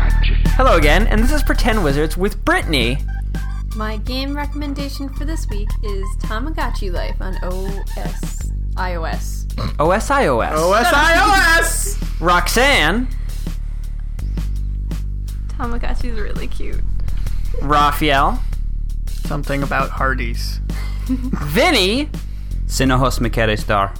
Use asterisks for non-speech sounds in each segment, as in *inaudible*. Hello again, and this is Pretend Wizards with Brittany. My game recommendation for this week is Tamagotchi Life on OS iOS. OSIOS. OSIOS! Roxanne, Tamagotchi's really cute. Raphael, Something about Hardee's. Vinny, Sinahos Mikere Star.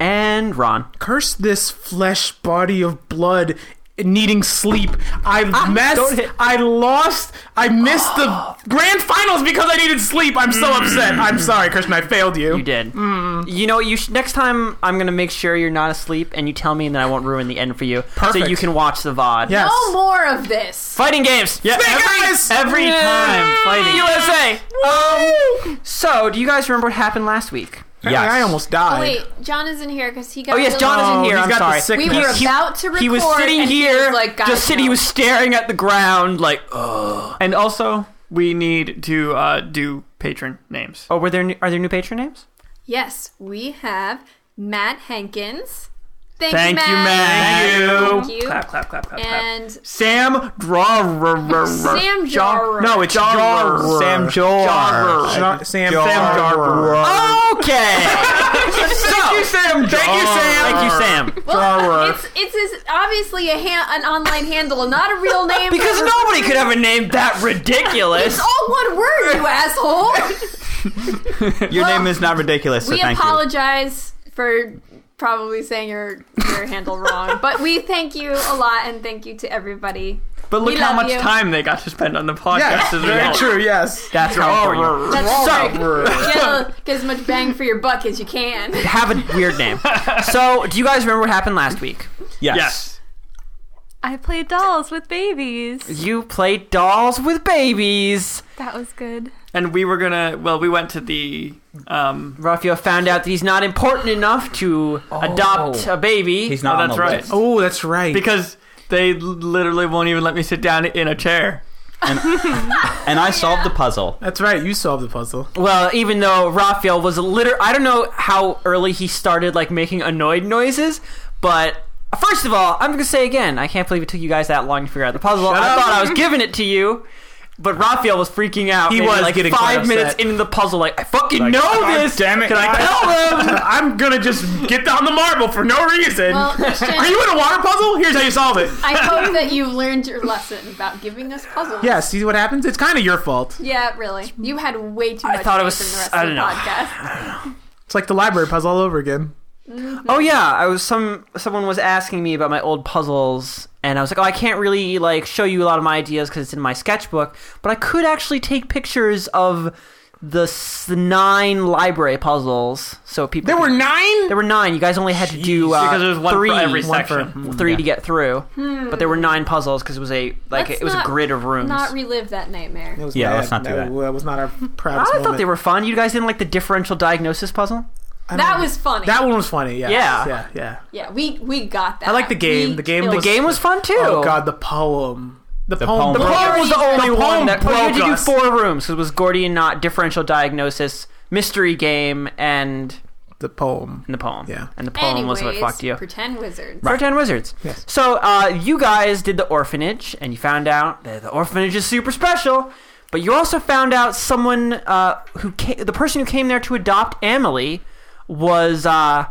and Ron. Curse this flesh body of blood needing sleep. I don't messed. hit- I lost. I missed the grand finals because I needed sleep. I'm so upset. I'm sorry, Christian. I failed you. You did. Mm. You know, you sh- next time I'm gonna make sure you're not asleep, and you tell me, and then I won't ruin the end for you, so Perfect. you can watch the VOD. Yes. No more of this. Fighting games. Yeah, Snake every- Eyes! every Yeah. time, fighting. USA. Um, so, do you guys remember what happened last week? Apparently, Yes. I almost died. Oh, Wait, John isn't here because he got. Oh yes, really- John is in Oh, here. he's I'm got the sorry. sickness. We were He- about to record. he was sitting and here, He was like, guys, just sitting. no. He was staring at the ground, like, ugh. And also, we need to uh, do patron names. Oh, were there new, are there new patron names? Yes, we have Matt Hankins. Thank, Thank you, you, Matt. Matt. Thank you. Clap, clap, clap, clap, clap. And Sam Drawer. Sam Jarrer. No, it's Jarrer. Sam Jor. Ja- Sam. Sam Jarrer. *laughs* Okay. Thank you, Sam. Thank you, Sam. Thank you, Sam. well, it's it's his, obviously a han- an online handle, not a *laughs* real name. Because nobody could have a name that ridiculous. It's all one *laughs* word, you asshole. Your name is not ridiculous, so we thank apologize for probably saying your your handle wrong, but we thank you a lot and thank you to everybody. But We look how love much you. time they got to spend on the podcast Yes, as a very result. true. Yes. That's how important. you are. That's So- so get, a- get as much bang for your buck as you can. Have a weird name. So, do you guys remember what happened last week? you. Yes. Yes. I played dolls with babies. You played dolls with babies. That was good. And we were gonna. Well, we went to the. Um, Raphael found out that he's not important enough to adopt a baby. He's not Oh, on that's the right. list. Oh, that's right. because they literally won't even let me sit down in a chair. And I solved the puzzle. that's right. You solved the puzzle. Well, even though Raphael was liter I don't know how early he started like making annoyed noises, but first of all, I'm gonna say again, I can't believe it took you guys that long to figure out the puzzle. I up. thought I was giving it to you. But Raphael was freaking out. He maybe, was like getting quite five minutes upset. into the puzzle, like I fucking know "God this. damn it, Can guys." I tell them? *laughs* I'm gonna just get on the marble for no reason. Well, Christian, *laughs* Are you in a water puzzle? Here's how you solve it. I hope that you learned your lesson about giving us puzzles. Yeah, see what happens? It's kind of your fault. Yeah, really. You had way too much thought it faith was- in the rest I of don't the know. podcast. It's like the library puzzle all over again. Oh yeah, I was some someone was asking me about my old puzzles, and I was like, oh, I can't really like show you a lot of my ideas because it's in my sketchbook, but I could actually take pictures of the s- nine library puzzles, so people There were nine? there were nine. You guys only had to do uh, because there was one for three, every one section. for- three to get through, Hmm. but there were nine puzzles because it was a like Let's it was not- a grid of rooms. Not relive that nightmare. It was Yeah, bad. let's not do that. That was not our I proudest thought moment. they were fun. You guys didn't like the differential diagnosis puzzle? I That don't- was funny. That one was funny. Yes. Yeah. Yeah. Yeah. yeah, we we got that. I like the game. The game The was- game was fun too. Oh god, the poem. The, poem. poem. The broke- Poem was the only The one poem that broke well, you had to do us. four rooms. 'cause It was Gordian knot, differential diagnosis, mystery game, and, The poem. and the poem. Yeah. and the poem Anyways, was what fucked you. Pretend wizards. Pretend wizards. Yes. So uh, you guys did the orphanage, and you found out that the orphanage is super special. But you also found out someone uh, who came, the person who came there to adopt Emily was uh,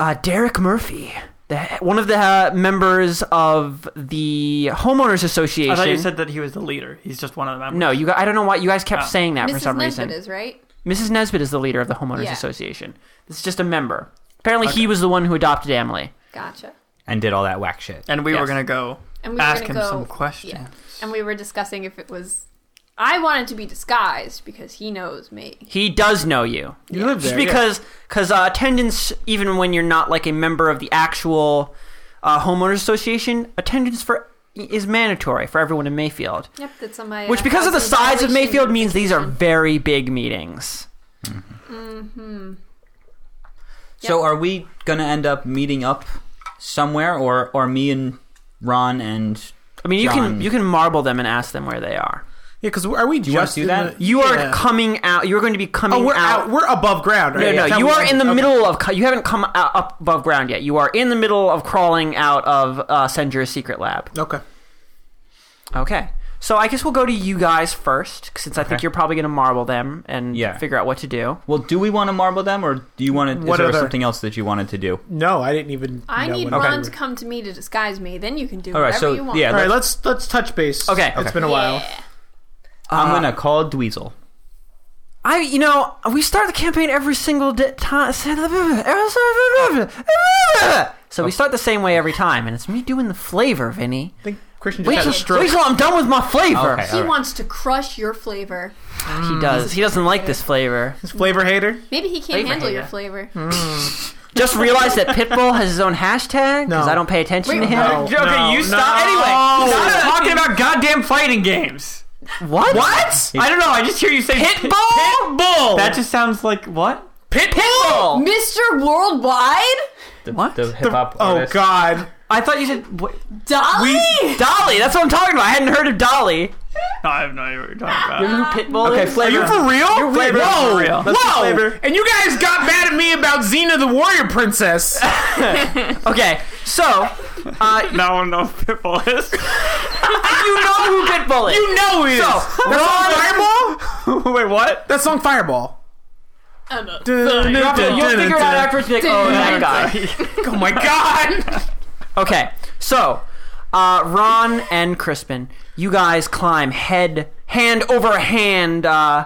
uh, Derek Murphy, the, one of the uh, members of the homeowners association. I thought you said that he was the leader. He's just one of the members. No, you. Guys, I don't know why you guys kept Oh. saying that for Mrs. some Nesbitt reason. is right. Mrs. Nesbitt is the leader of the homeowners Yeah. association. This is just a member. Apparently, he was the one who adopted Emily. Gotcha. And did all that whack shit. And we were Yes. gonna go And we ask were him gonna go, some questions. Yeah. And we were discussing if it was. I wanted to be disguised because he knows me. He does know you. You live Just there, yeah. because, because uh, attendance, even when you're not like a member of the actual uh, homeowners association, attendance for is mandatory for everyone in Mayfield. Yep, that's on my. Which, uh, because of the housing size of violation Mayfield, means these are notification. very big meetings. So are we going to end up meeting up somewhere, or, or me and Ron and. I mean, you can John. you can marble them and ask them where they are. Yeah, because are we you wanna just do in that? the- You are Yeah. coming out. You're going to be coming Oh, we're out. We're above ground, No, right? no, Yeah. you That are was- in the okay. middle of. You haven't come out up above ground yet. You are in the middle of crawling out of uh, Sendra's secret lab. Okay. Okay. So I guess we'll go to you guys first, since I think Okay. you're probably going to marble them and Yeah. figure out what to do. Well, do we want to marble them, or do you want to? What is there other- something else that you wanted to do? No, I didn't even. I know need what- Ron to come to me to disguise me. Then you can do All right, whatever so, you want. yeah, All right, let's let's touch base. Okay. it's been a while. Yeah. Uh, I'm gonna call Dweezil. I, you know, we start the campaign every single di- *laughs* time. So we start the same way every time, and it's me doing the flavor, Vinny. I think Christian just Wait had till, a wait stroke. till I'm done with my flavor. Okay. He Alright. wants to crush your flavor. He does. He doesn't like this *laughs* flavor. His flavor hater. Maybe he can't Flavor Hmm. handle your hater. flavor. Just realized that Pitbull has his own hashtag because No. I don't pay attention to Wait, him. Okay, you stop. Anyway, stop *laughs* talking about goddamn fighting games. What? What? I don't know. I just hear you say Pitbull? Pitbull. That just sounds like what? Pitbull? Mr. Worldwide? The, What? The hip hop Oh artist. God. I thought you said what? Dolly? Dolly. That's what I'm talking about. I hadn't heard of Dolly. No, I have no idea what you're talking You about. know who Pitbull Okay, is? flavor. Are you for real? You're weird. Whoa. For real. Whoa. flavor. And you guys got mad at me about Xena the Warrior Princess. Okay, so *laughs* No one knows who Pitbull is. you know who Pitbull is. *laughs* *laughs* you know it is. So, that song Ron- Fireball? Wait, what? That song Fireball. I'm a- You have to- you'll figure it out afterwards. and be Like, oh, that guy. Oh my God. Okay, so uh, Ron and Crispin, you guys climb head hand over hand uh,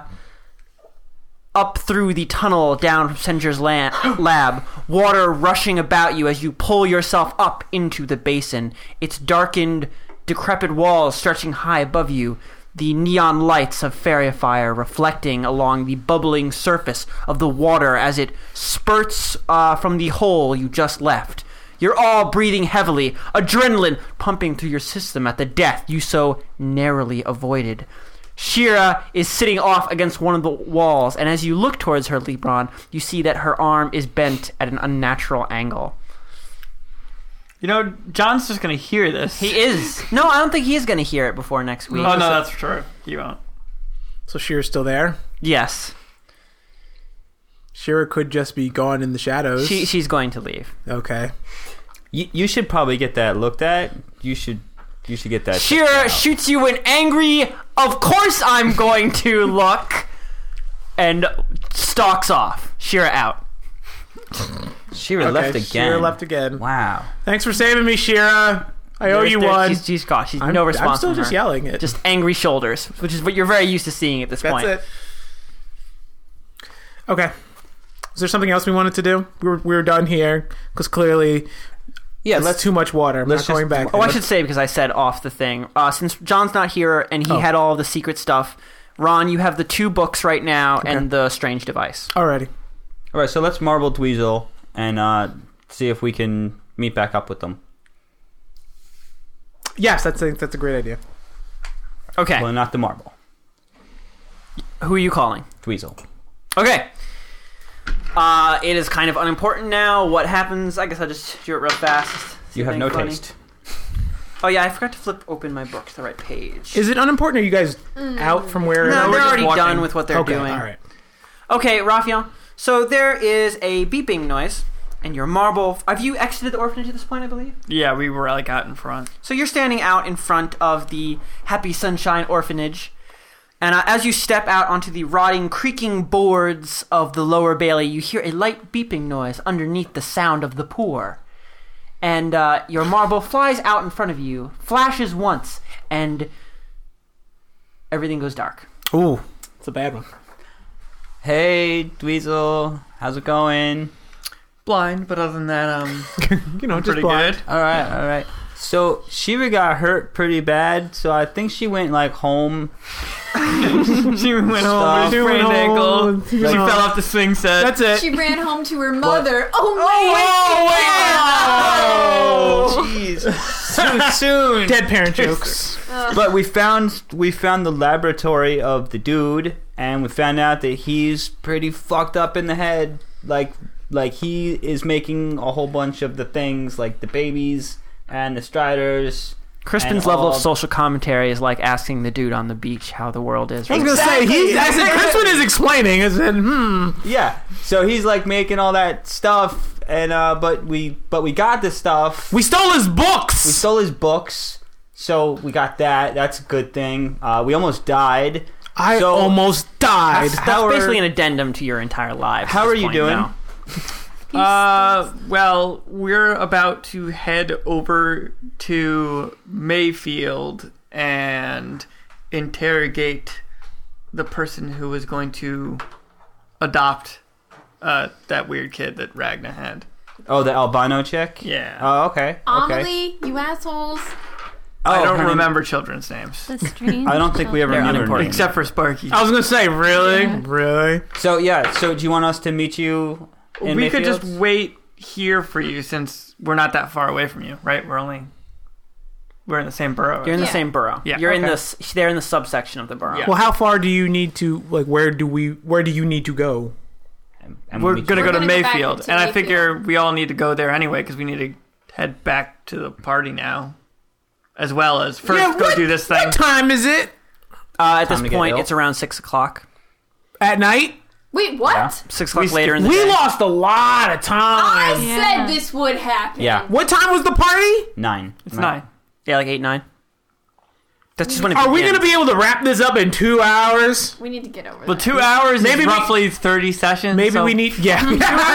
up through the tunnel down from Senger's la- lab. Water rushing about you as you pull yourself up into the basin. Its darkened, decrepit walls stretching high above you. The neon lights of fairy fire reflecting along the bubbling surface of the water as it spurts uh, from the hole you just left. You're all breathing heavily, adrenaline pumping through your system at the death you so narrowly avoided. Shira is sitting off against one of the walls, and as you look towards her, Lebron, you see that her arm is bent at an unnatural angle. You know, John's just gonna hear this. He is. No, I don't think he is going to hear it before next week. Oh no, that's true. You won't. So Shira's still there. Yes. Shira could just be gone in the shadows. She, she's going to leave. okay. *laughs* You, you should probably get that looked at. You should. You should get that. checked Shira out. shoots you an angry, of course I'm going to *laughs* look, and stalks off. Shira out. Shira okay. left again. Shira left again. Wow. Thanks for saving me, Shira. I oh, owe There's- you there- one. She's, she's gone. She's I'm, no response. I'm still from just her. yelling it. Just angry shoulders, which is what you're very used to seeing at this That's point. it. Okay. Is there something else we wanted to do? We were, we were done here because clearly Yeah. it's Let's. too much water. I'm let's not going just- back. Oh, I there. should say because I said off the thing. Uh, since John's not here and Oh. he had all the secret stuff, Ron, you have the two books right now and the strange device. Alrighty. All right. So let's marble Dweezil and uh, see if we can meet back up with them. Yes, that's a, that's a great idea. Okay, Well, not the marble. who are you calling? Dweezil. Okay. Uh, it is kind of unimportant now. What happens? I guess I'll just do it real fast. You have Something no funny. taste. Oh yeah, I forgot to flip open my book to the right page. Is it unimportant? Are you guys out from where? no, we're they're just already walking. done with what they're okay, doing. all right. Okay, Raphael. So there is a beeping noise, and your marble. Have you exited the orphanage at this point? I believe. Yeah, we were like out in front. So you're standing out in front of the Happy Sunshine Orphanage, and uh, as you step out onto the rotting, creaking boards of the lower bailey, you hear a light beeping noise underneath the sound of the pour. And uh, your marble flies out in front of you, flashes once, and everything goes dark. Ooh, it's a bad one. Hey, Dweezil. How's it going? Blind, but other than that, *laughs* um, You know, just pretty blind. *laughs* good. All right, all right. So Shira got hurt pretty bad, so I think she went like home. she went Stop. home with a She went sprained ankle. home. She Like- fell off the swing set. That's it. *laughs* She ran home to her mother. Oh, wait. Oh, Jeez, too soon. Dead parent jokes. But we found we found the laboratory of the dude, and we found out that he's pretty fucked up in the head. Like like he is making a whole bunch of the things, like the babies and the Striders. Crispin's And level of all- social commentary is like asking the dude on the beach how the world is. I was gonna say he's. I said Crispin is explaining. I said, hmm. Yeah, so he's like making all that stuff, and uh, but we but we got the stuff. We stole his books. We stole his books. So we got that. That's a good thing. Uh, we almost died. I So- almost *laughs* died. That's How are- basically an addendum to your entire lives. How at are this you point doing? now. Oh. Uh, well, we're about to head over to Mayfield and interrogate the person who was going to adopt uh, that weird kid that Ragna had. Oh, the albino chick. Yeah. Oh, okay. Okay. Amelie, you assholes. Oh, I don't her name- remember children's names. The strange. I don't think we ever They're remember. unimportant. Except for Sparky. I was gonna say, really, really. So yeah. So do you want us to meet you? In we could just Mayfield? wait here for you since we're not that far away from you, right? We're only we're in the same borough. You're in the Yeah. same borough. Yeah. You're in Okay. this. They're in the subsection of the borough. Yeah. Well, how far do you need to? Like, where do we? Where do you need to go? And we'll We're meet gonna you. go to gonna go back Mayfield, to and I Mayfield. figure we all need to go there anyway because we need to head back to the party now, as well as first Yeah, go what- do this thing. What time is it Uh, at Time to this get point, ill. it's around six o'clock. at night? Wait, what? Yeah. Six o'clock later in the we day. lost a lot of I time. Yeah. said this would happen. Yeah. What time was the party? Nine. It's nine. yeah, like eight nine. That's just when. It Are we gonna begins. be able to wrap this up in two hours? We need to get over Well, that. two hours Maybe is we- roughly thirty sessions. Maybe so- we need. Yeah.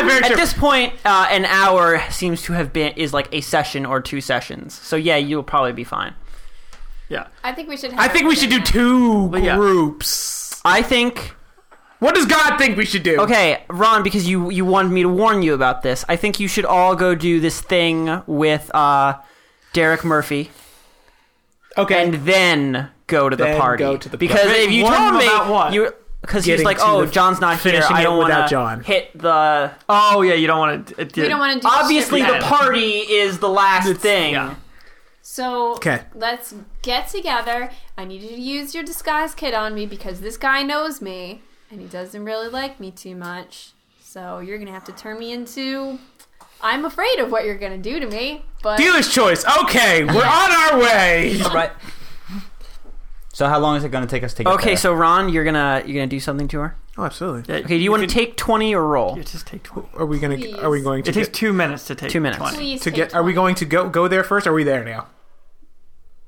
*laughs* *laughs* Very At true. this point, uh, an hour seems to have been is like a session or two sessions. So yeah, you'll probably be fine. Yeah, I think we should. Have I think we should do two yeah. groups. I think What does God think we should do? Okay, Ron, because you you wanted me to warn you about this, I think you should all go do this thing with uh, Derek Murphy, Okay. and then go to the Then party. go to the because party. if you Warn told him me about what? you because he's Getting like, to oh, the- John's not here, finishing I it don't without want John. to hit the. Oh yeah, you don't want to. We don't want to do. Obviously, shit the like that. party is the last thing. yeah. So Okay. let's get together. I need you to use your disguise kit on me because this guy knows me and he doesn't really like me too much. So you're gonna have to turn me into. I'm afraid of what you're gonna do to me, but Dealer's choice. Okay, we're on our way. Right. So how long is it gonna take us to get Okay, there? so Ron, you're gonna you're gonna do something to her. Oh, absolutely. Yeah, Okay, do you, want can- to take twenty or roll? It just take twenty. Are we gonna? Please. Are we going to? It takes get, two minutes to take Two minutes. 20. please to take get. Are we 20. going to go go there first? Are we there now?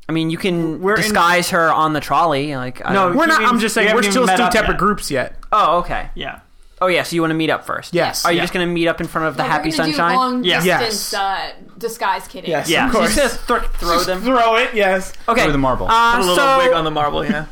I mean, you can We're in- disguise her on the trolley. Like I No, don't- He We're not. I'm means just we saying we're haven't still even met two up separate yet. groups yet. Oh, okay. Yeah. Oh yeah, so you want to meet up first? Yes. Are you Yeah. just gonna meet up in front of the Well, Happy we're gonna Sunshine? Do long Yeah. distance Yes. uh, disguise kidding. Yes. Yeah. oh, Of So you course. just thro- throw them. Throw it. Yes. Okay. Throw the marble. Uh, Put a little so wig on the marble. Yeah.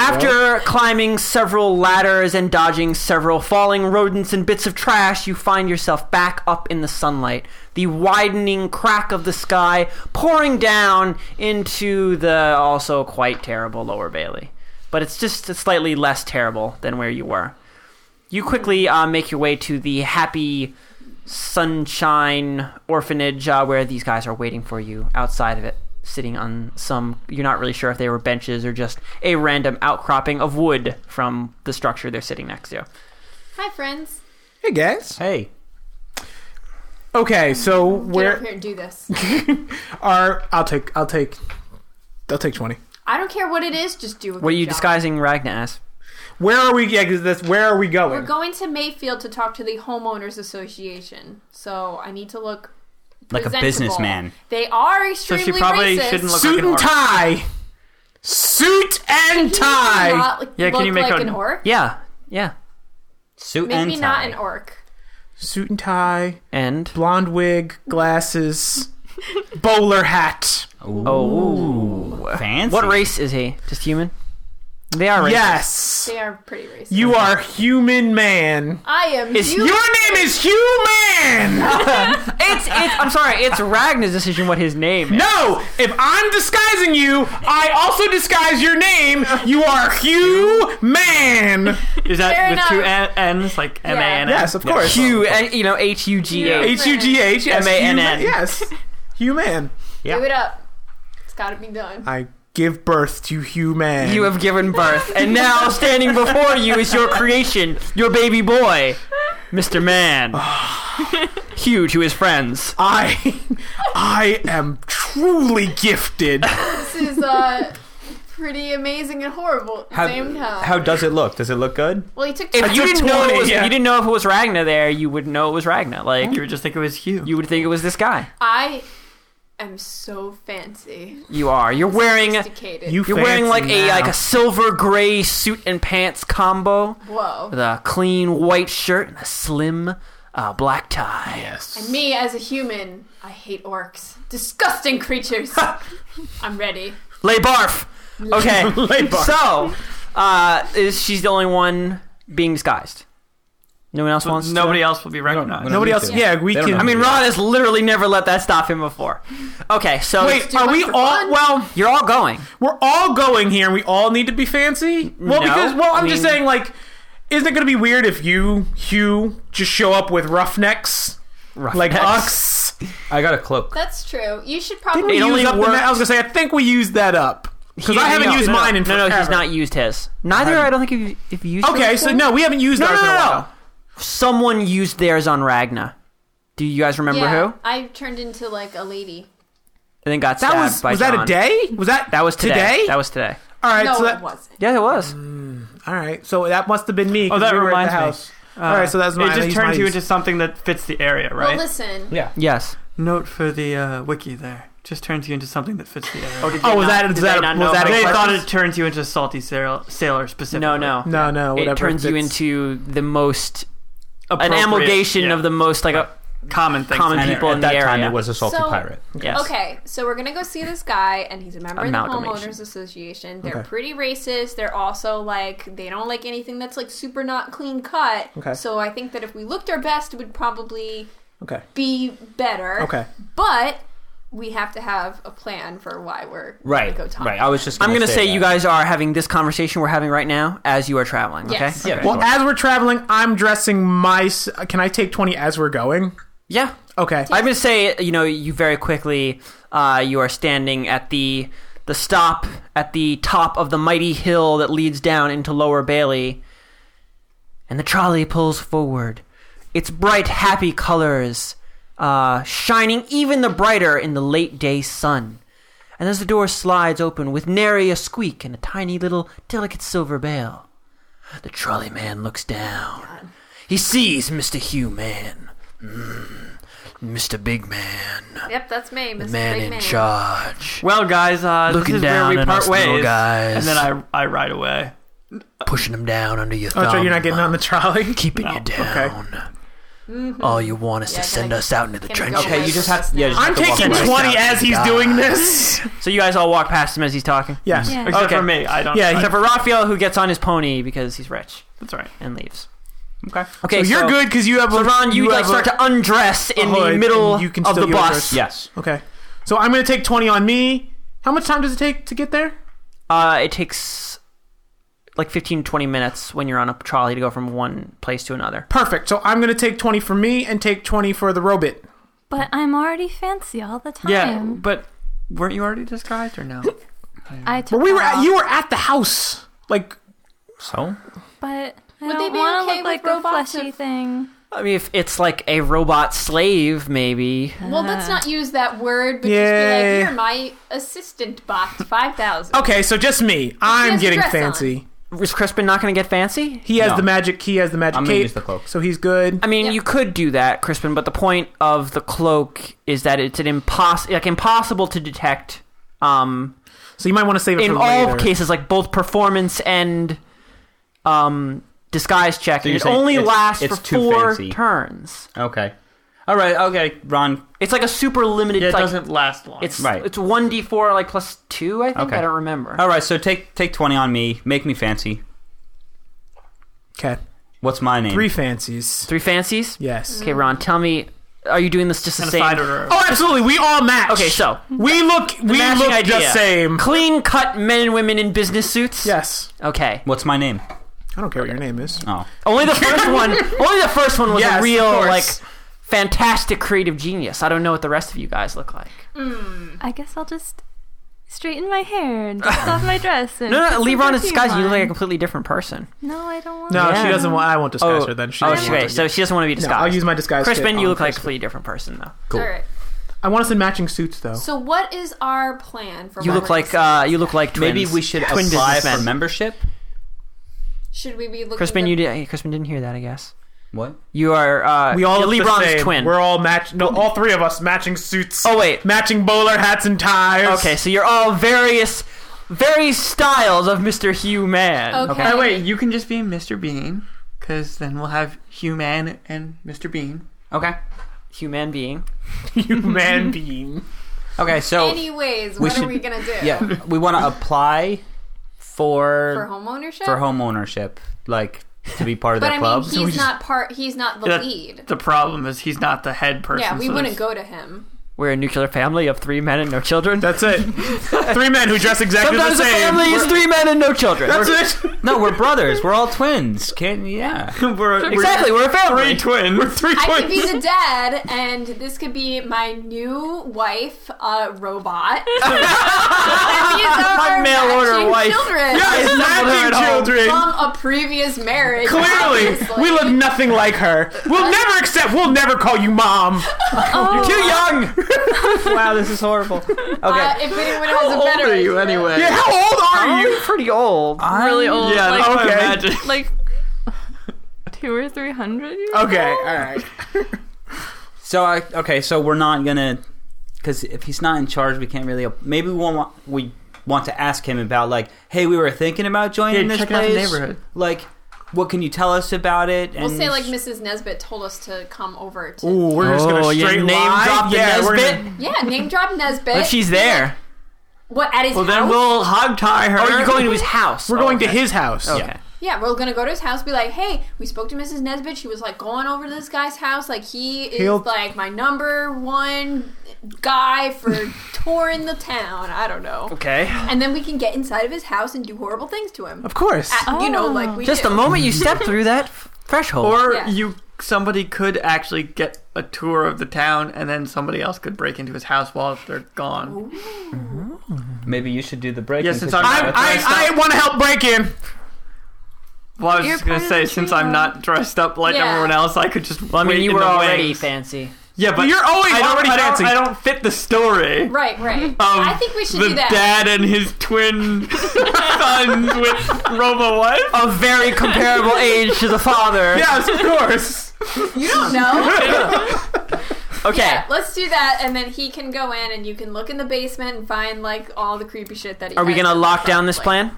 after climbing several ladders and dodging several falling rodents and bits of trash, you find yourself back up in the sunlight. The widening crack of the sky pouring down into the also quite terrible Lower Bailey, but it's just slightly less terrible than where you were. You quickly uh, make your way to the happy sunshine orphanage uh, where these guys are waiting for you outside of it, sitting on some. You're not really sure if they were benches or just a random outcropping of wood from the structure they're sitting next to. Hi friends. Hey guys. hey. Okay, so Get up where here and do this. are? I'll take. I'll take. I'll take twenty. I don't care what it is. Just do it. What are you disguising Ragna as? Where are we? Yeah, 'cause that's where are we going? We're going to Mayfield to talk to the homeowners association, so I need to look Like a presentable. businessman. They are extremely she probably racist. shouldn't look Suit and Like an tie. Suit and Can you tie. not, like, Yeah, can you look make like a- an orc? Yeah, yeah, Suit Maybe and not tie. an orc. Suit and tie. and Blonde wig. *laughs* Glasses. bowler hat. oh, Fancy. what race is he? Just human? They are racist. Yes. They are pretty racist. You are human man. I am. Is you. Your name is human. *laughs* It's, it's. I'm sorry. It's Ragna's decision what his name is. No, if I'm disguising you, I also disguise your name. You are human. Is that Fair with two enough. N- N's like M A N N? Yes, of course. Hugh, and, you know, H U G H. H U G H yes, M-A-N-N. human, Yes, human. Do it up. It's got to be done. I give birth to human. You have given birth, and now standing before you is your creation, your baby boy, Mr. Man. Uh, Hugh to his friends. I, I am truly gifted. This is uh, pretty amazing and horrible at the How, same time. how does it look? Does it look good? well, he took. If you took didn't know it 20, was, yeah. Mm-hmm. you didn't know if it was Ragna there, you would know it was Ragna. Like You would just think it was Hugh. you would think it was this guy. I am so fancy. You are. You're wearing. Sophisticated. You- You're wearing like Fancy a like now. a silver gray suit and pants combo Whoa. with a clean white shirt and a slim uh, black tie. Yes. And me as a human, I hate orcs. Disgusting *laughs* creatures. I'm ready. Lay barf. *laughs* Okay. So, uh, is she's the only one being disguised? No one else wants. Nobody To? else will be recognized. Nobody else. Yeah. Yeah, we They don't can. know I mean, Ron has literally never let that stop him before. Okay, so Wait, too are much we for all? fun. Well, you're all going. we're all going here, and we all need to be fancy. No, Well, because well, I'm I just mean- saying, like, isn't it going to be weird if you, Hugh, just show up with roughnecks like us? I got a cloak. That's true. You should Didn't probably. we It only use up the? worked- ma- I was going to say, I think we used that up because I haven't no, used no, mine in no, forever. no, he's not used his. Neither, I don't think if you, if you used. Okay, yours so before? no, we haven't used no, ours no, in a no, while. no. Someone used theirs on Ragna. Do you guys remember yeah, who? I turned into like a lady. And then got That stabbed was by was that a John. day? Was that That was today. That was today. all right. no, so that, it wasn't. Yeah, it was. all right. So that must have been Oh, me. 'cause that we were at reminds the me. house. all right, so that's It mine. I just used turns mine. you into something that fits the area, right? Well, listen. yeah. Yes. Note for the uh, wiki there. Just turns you into something that fits the area. did Oh, they was not- that did was that they not was know that about they a it? thought question? it turns you into salty sailor, sailor specifically. No, no. No, no. Whatever. it turns you fits. into the most an Appropriate, amalgamation yeah, of the most like a common things. common And people at in that the time, area. it was a salty So- pirate. yes. Okay, so we're gonna go see this guy, and he's a member of the Amalgamation. homeowners association. They're pretty racist. They're also like they don't like anything that's like super not clean cut. Okay. So I think that if we looked our best, it would probably Okay. be better. Okay. But we have to have a plan for why we're Right. Gonna go talk Right. I was just. I'm gonna say, that. you guys are having this conversation we're having right now as you are traveling. Yes. Okay. Yeah. Well, as we're traveling, I'm dressing my. s- Can I take twenty as we're going? Yeah. Okay. I'm gonna say, you know, you very quickly, uh, you are standing at the the stop at the top of the mighty hill that leads down into Lower Bailey, and the trolley pulls forward. Its bright, happy colors, uh, shining even the brighter in the late day sun. And as the door slides open with nary a squeak and a tiny little delicate silver bell, the trolley man looks down. He sees Mr. Hugh Man. Mm, Mr. Big Man. Yep, that's me, Mr. man Big in Man. charge, Well, guys, uh, Looking this is down where we at part us little ways, guys. and then I I ride away. Uh, pushing him down under your thumb. Oh, so you're not getting on the *laughs* trolley. keeping you down. All you want is Mm-hmm. Yeah, Oh, to can send I- us out into the can I trenches. go Okay, with- you just have- Yeah, yeah, just just I'm taking away. twenty as he's God. doing this. So you guys all walk past him as he's talking, *laughs* Yeah. Yeah. Except Okay. for me, I don't. Yeah, I- except for Raphael, who gets on his pony because he's rich that's all right. and leaves. Okay. Okay, so you're good because you have So a Ron, you, like have start a- to undress in hood, the and middle you can of still the use your- bus. Yes. Okay. So I'm gonna take twenty on me. How much time does it take to get there? Uh, it takes like 15, 20 minutes when you're on a trolley to go from one place to another. Perfect. So I'm gonna take twenty for me and take twenty for the robot. But I'm already fancy all the time. Yeah, but weren't you already disguised or no? I took But we that were at, off, you were at the house. Like So But I Would they don't be want to okay look with like a robots fleshy if- thing. I mean, if it's like a robot slave, maybe. Well, let's not use that word, but Yay. just be like, you're my assistant bot, 5,000. Oh, okay, so just me. I'm has getting dress on. fancy. Is Crispin not going to get fancy? He has No. the magic. He has the magic I'm gonna cape. use the cloak. So he's good. I mean, Yep. you could do that, Crispin, but the point of the cloak is that it's an impos- like impossible to detect. Um, So you might want to save it in for all later. cases, like both performance and um, disguise check, So and you're it saying only it's- lasts it's for too four fancy. turns. okay, all right, okay, Ron. It's like a super limited. Yeah, it like, doesn't *laughs* last long. It's Right. It's one d four like plus two. I think Okay. I don't remember. All right, so take take twenty on me. Make me fancy. Okay. What's my name? Three fancies. Three fancies. Yes. Okay, Ron, tell me, are you doing this just the and a same? side order. Oh, absolutely. We all match. Okay, so we look we matching look idea. the same. clean cut men and women in business suits. Yes. Okay. What's my name? I don't care what your name is. Oh, Only the *laughs* first one. Only the first one was Yes, a of real course. like fantastic creative genius. I don't know what the rest of you guys look like. I guess I'll just straighten my hair and dust off my dress. And No, put no, some Lebron is perfume disguised. You look like a on. completely different person. No, I don't want. No, to. she Yeah. doesn't want. I won't disguise her then. She oh, doesn't she, want okay. to. So she doesn't want to be No, disguised. I'll use my disguise. Crispin, kit you on look like a Crispin. completely different person though. cool. All right. I want us in matching suits though. So, what is our plan for Oh. You why look we're like uh, gonna you look like twins. Maybe we should twin apply businessmen. for membership. see- Should we be looking Crispin, to- you did. Crispin didn't hear that, I guess. What? You are uh, We all you're look the LeBron's same. twin. We're all match. No, all three of us matching suits. oh wait, matching bowler hats and ties. okay, so you're all various, various styles of Mr. Hugh Man. Okay. By the way, you can just be Mr. Bean, because then we'll have Hugh Man and Mr. Bean. okay, Hugh Man being. *laughs* you man bean. Okay, so *laughs* Anyways, we what should- are we gonna do? yeah, we want to apply For for home ownership? for home ownership, like to be part of But the I mean, club. he's So we just- not part. He's not the Yeah. lead. The problem is he's not the head person. Yeah, we so wouldn't go there's- to him. We're a nuclear family of three men and no children. *laughs* That's it. three men who dress exactly Sometimes the a same. family is three men and no children. That's it. *laughs* no, we're brothers. We're all twins. Can't yeah. We're, exactly, we're a we're family. three twin. We're three I could be twins. the dad, and this could be my new wife, uh, *laughs* robot. and these are My our mail order matching wife. Children Yes, her at matching home. children. from a previous marriage. Clearly, obviously. we look nothing like her. We'll never accept. We'll never call you mom. Oh. You're too young. *laughs* wow, this is *laughs* horrible. Uh, Okay, if anyone has How a better old are you idea. anyway? Yeah, how old Oh. Uh, are you? you're pretty old. really old. Yeah, like, that's what I okay. imagine. like two or three hundred. years Okay, old? all right. So I okay. So we're not gonna because if he's not in charge, we can't really. Maybe we want we want to ask him about like, hey, we were thinking about joining Yeah, this check it out the place. neighborhood. Like, what can you tell us about it? We'll And say like Mrs. Nesbitt told us to come over to. Ooh, we're just gonna Oh, you straight name lie. dropped the yeah, we're Nesbitt? gonna- Yeah, name drop Nesbitt. But she's there. what at his Well, house? then we'll hog tie her. Oh, you're going to his house. We're Oh, going to okay. his house. Okay. Yeah, we're gonna go to his house. Be like, hey, we spoke to Mrs. Nesbitt. She was like going over to this guy's house. Like he is He'll- like my number one guy for touring the town. I don't know. Okay. And then we can get inside of his house and do horrible things to him. Of course. At- You know, like we Just do. the moment you step through that f- threshold. *laughs* Or Yeah. you, somebody could actually get a tour of the town, and then somebody else could break into his house while they're gone. maybe you should do the break. Yes, it's on- I, I, I want to help break in. Well, I was You're just gonna part of say, the since trio. I'm not dressed up like Yeah. everyone else, I could just. I mean, wait you in were the already wings. fancy. Yeah, but You're always I don't, already I don't- fancy. I don't fit the story. Right, right. Um, I think we should the do that. dad and his twin sons with Robo wife. Of very comparable *laughs* age to the father. *laughs* Yes, of course. You don't know. Okay. yeah, let's do that, and then he can go in, and you can look in the basement and find like all the creepy shit that. He Are we has gonna in lock the down this place. plan?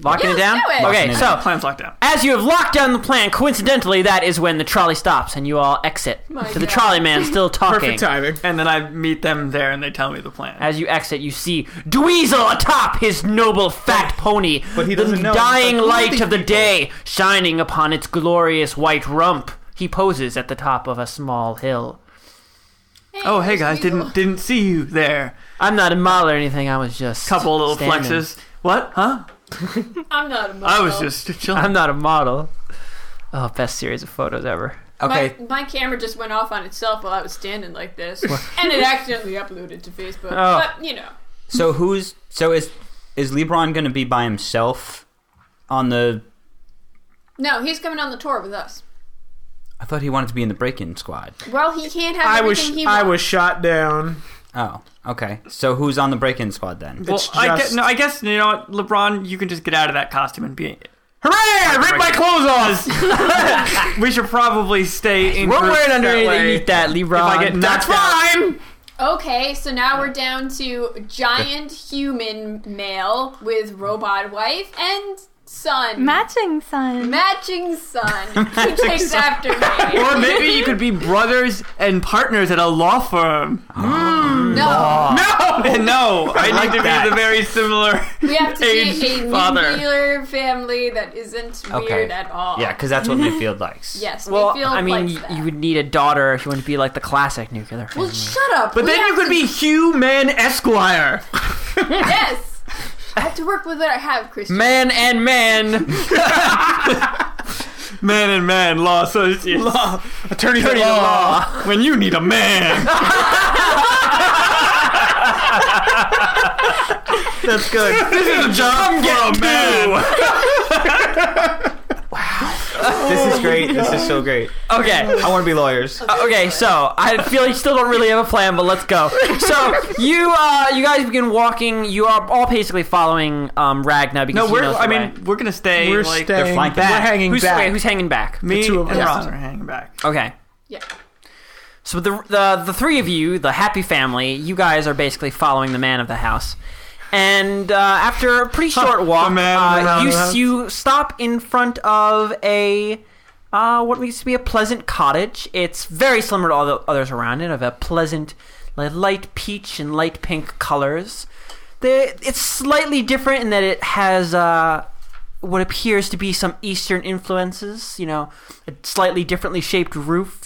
Locking Yeah, it down? let's do it. Okay, Locking it so Plan's locked down. as you have locked down the plan, coincidentally, that is when the trolley stops and you all exit. My so the God. trolley man *laughs* still talking. Perfect timing. And then I meet them there, and they tell me the plan. As you exit, you see Dweezil atop his noble fat pony, But he the doesn't know. dying Like, who are light these of the people? day shining upon its glorious white rump. He poses at the top of a small hill. oh, hey there's guys, Weasel. didn't didn't see you there. I'm not a model or anything. I was just Couple little standing. flexes. What? Huh? I'm not. A model. I was just chilling. I'm not a model. Oh, best series of photos ever. okay. My, my camera just went off on itself while I was standing like this, and it accidentally uploaded to Facebook. Oh. But you know, So who's so is is LeBron gonna be by himself on the? no, he's coming on the tour with us. I thought he wanted to be in the break-in squad. Well, he can't have I was everything he I wants. was shot down. Oh, okay. So who's on the break-in squad then? Well, It's I just- guess, no, I guess you know what, LeBron. You can just get out of that costume and be. Hooray! I ripped my clothes off. *laughs* We should probably stay in. We're groups wearing under that way. underneath that, LeBron. I get That's knocked out. fine. Okay, so now we're down to giant human male with robot wife and son. Matching son. Matching son. He takes after me. *laughs* Or maybe you could be brothers and partners at a law firm. no, And *laughs* no, I, need to that. be the very similar. we have to Aged be a father. nuclear family that isn't weird Okay. at all. Yeah, because that's what Mayfield likes. Yes, Well, we feel I mean, like y- that. you would need a daughter if you want to be like the classic nuclear Well, family. shut up. But then you could be Hugh Man Esquire. Yes. I have to work with what I have, Christian. Man and man. *laughs* *laughs* Man and man, law associates. Law. Attorney at law. When you need a *laughs* man. That's *laughs* good. this is a job for a man. This is great. This is so great. Okay. I want to be lawyers. Uh, Okay, so I feel you still don't really have a plan, but let's go. So you, uh, you guys begin walking. You are all basically following um, Ragna because No, he we're. knows the I way. mean, we're gonna stay. We're like, staying. flanking We're back. hanging who's, back. wait, who's hanging back? Me two of and us. Ross are hanging back. Okay. Yeah. So the, the the three of you, the happy family, you guys are basically following the man of the house. And uh, after a pretty short walk, The man of the uh, you, house. you stop in front of a uh, what used to be a pleasant cottage. It's very similar to all the others around it, of a pleasant li- light peach and light pink colors. The, it's slightly different in that it has uh, what appears to be some Eastern influences. You know, a slightly differently shaped roof,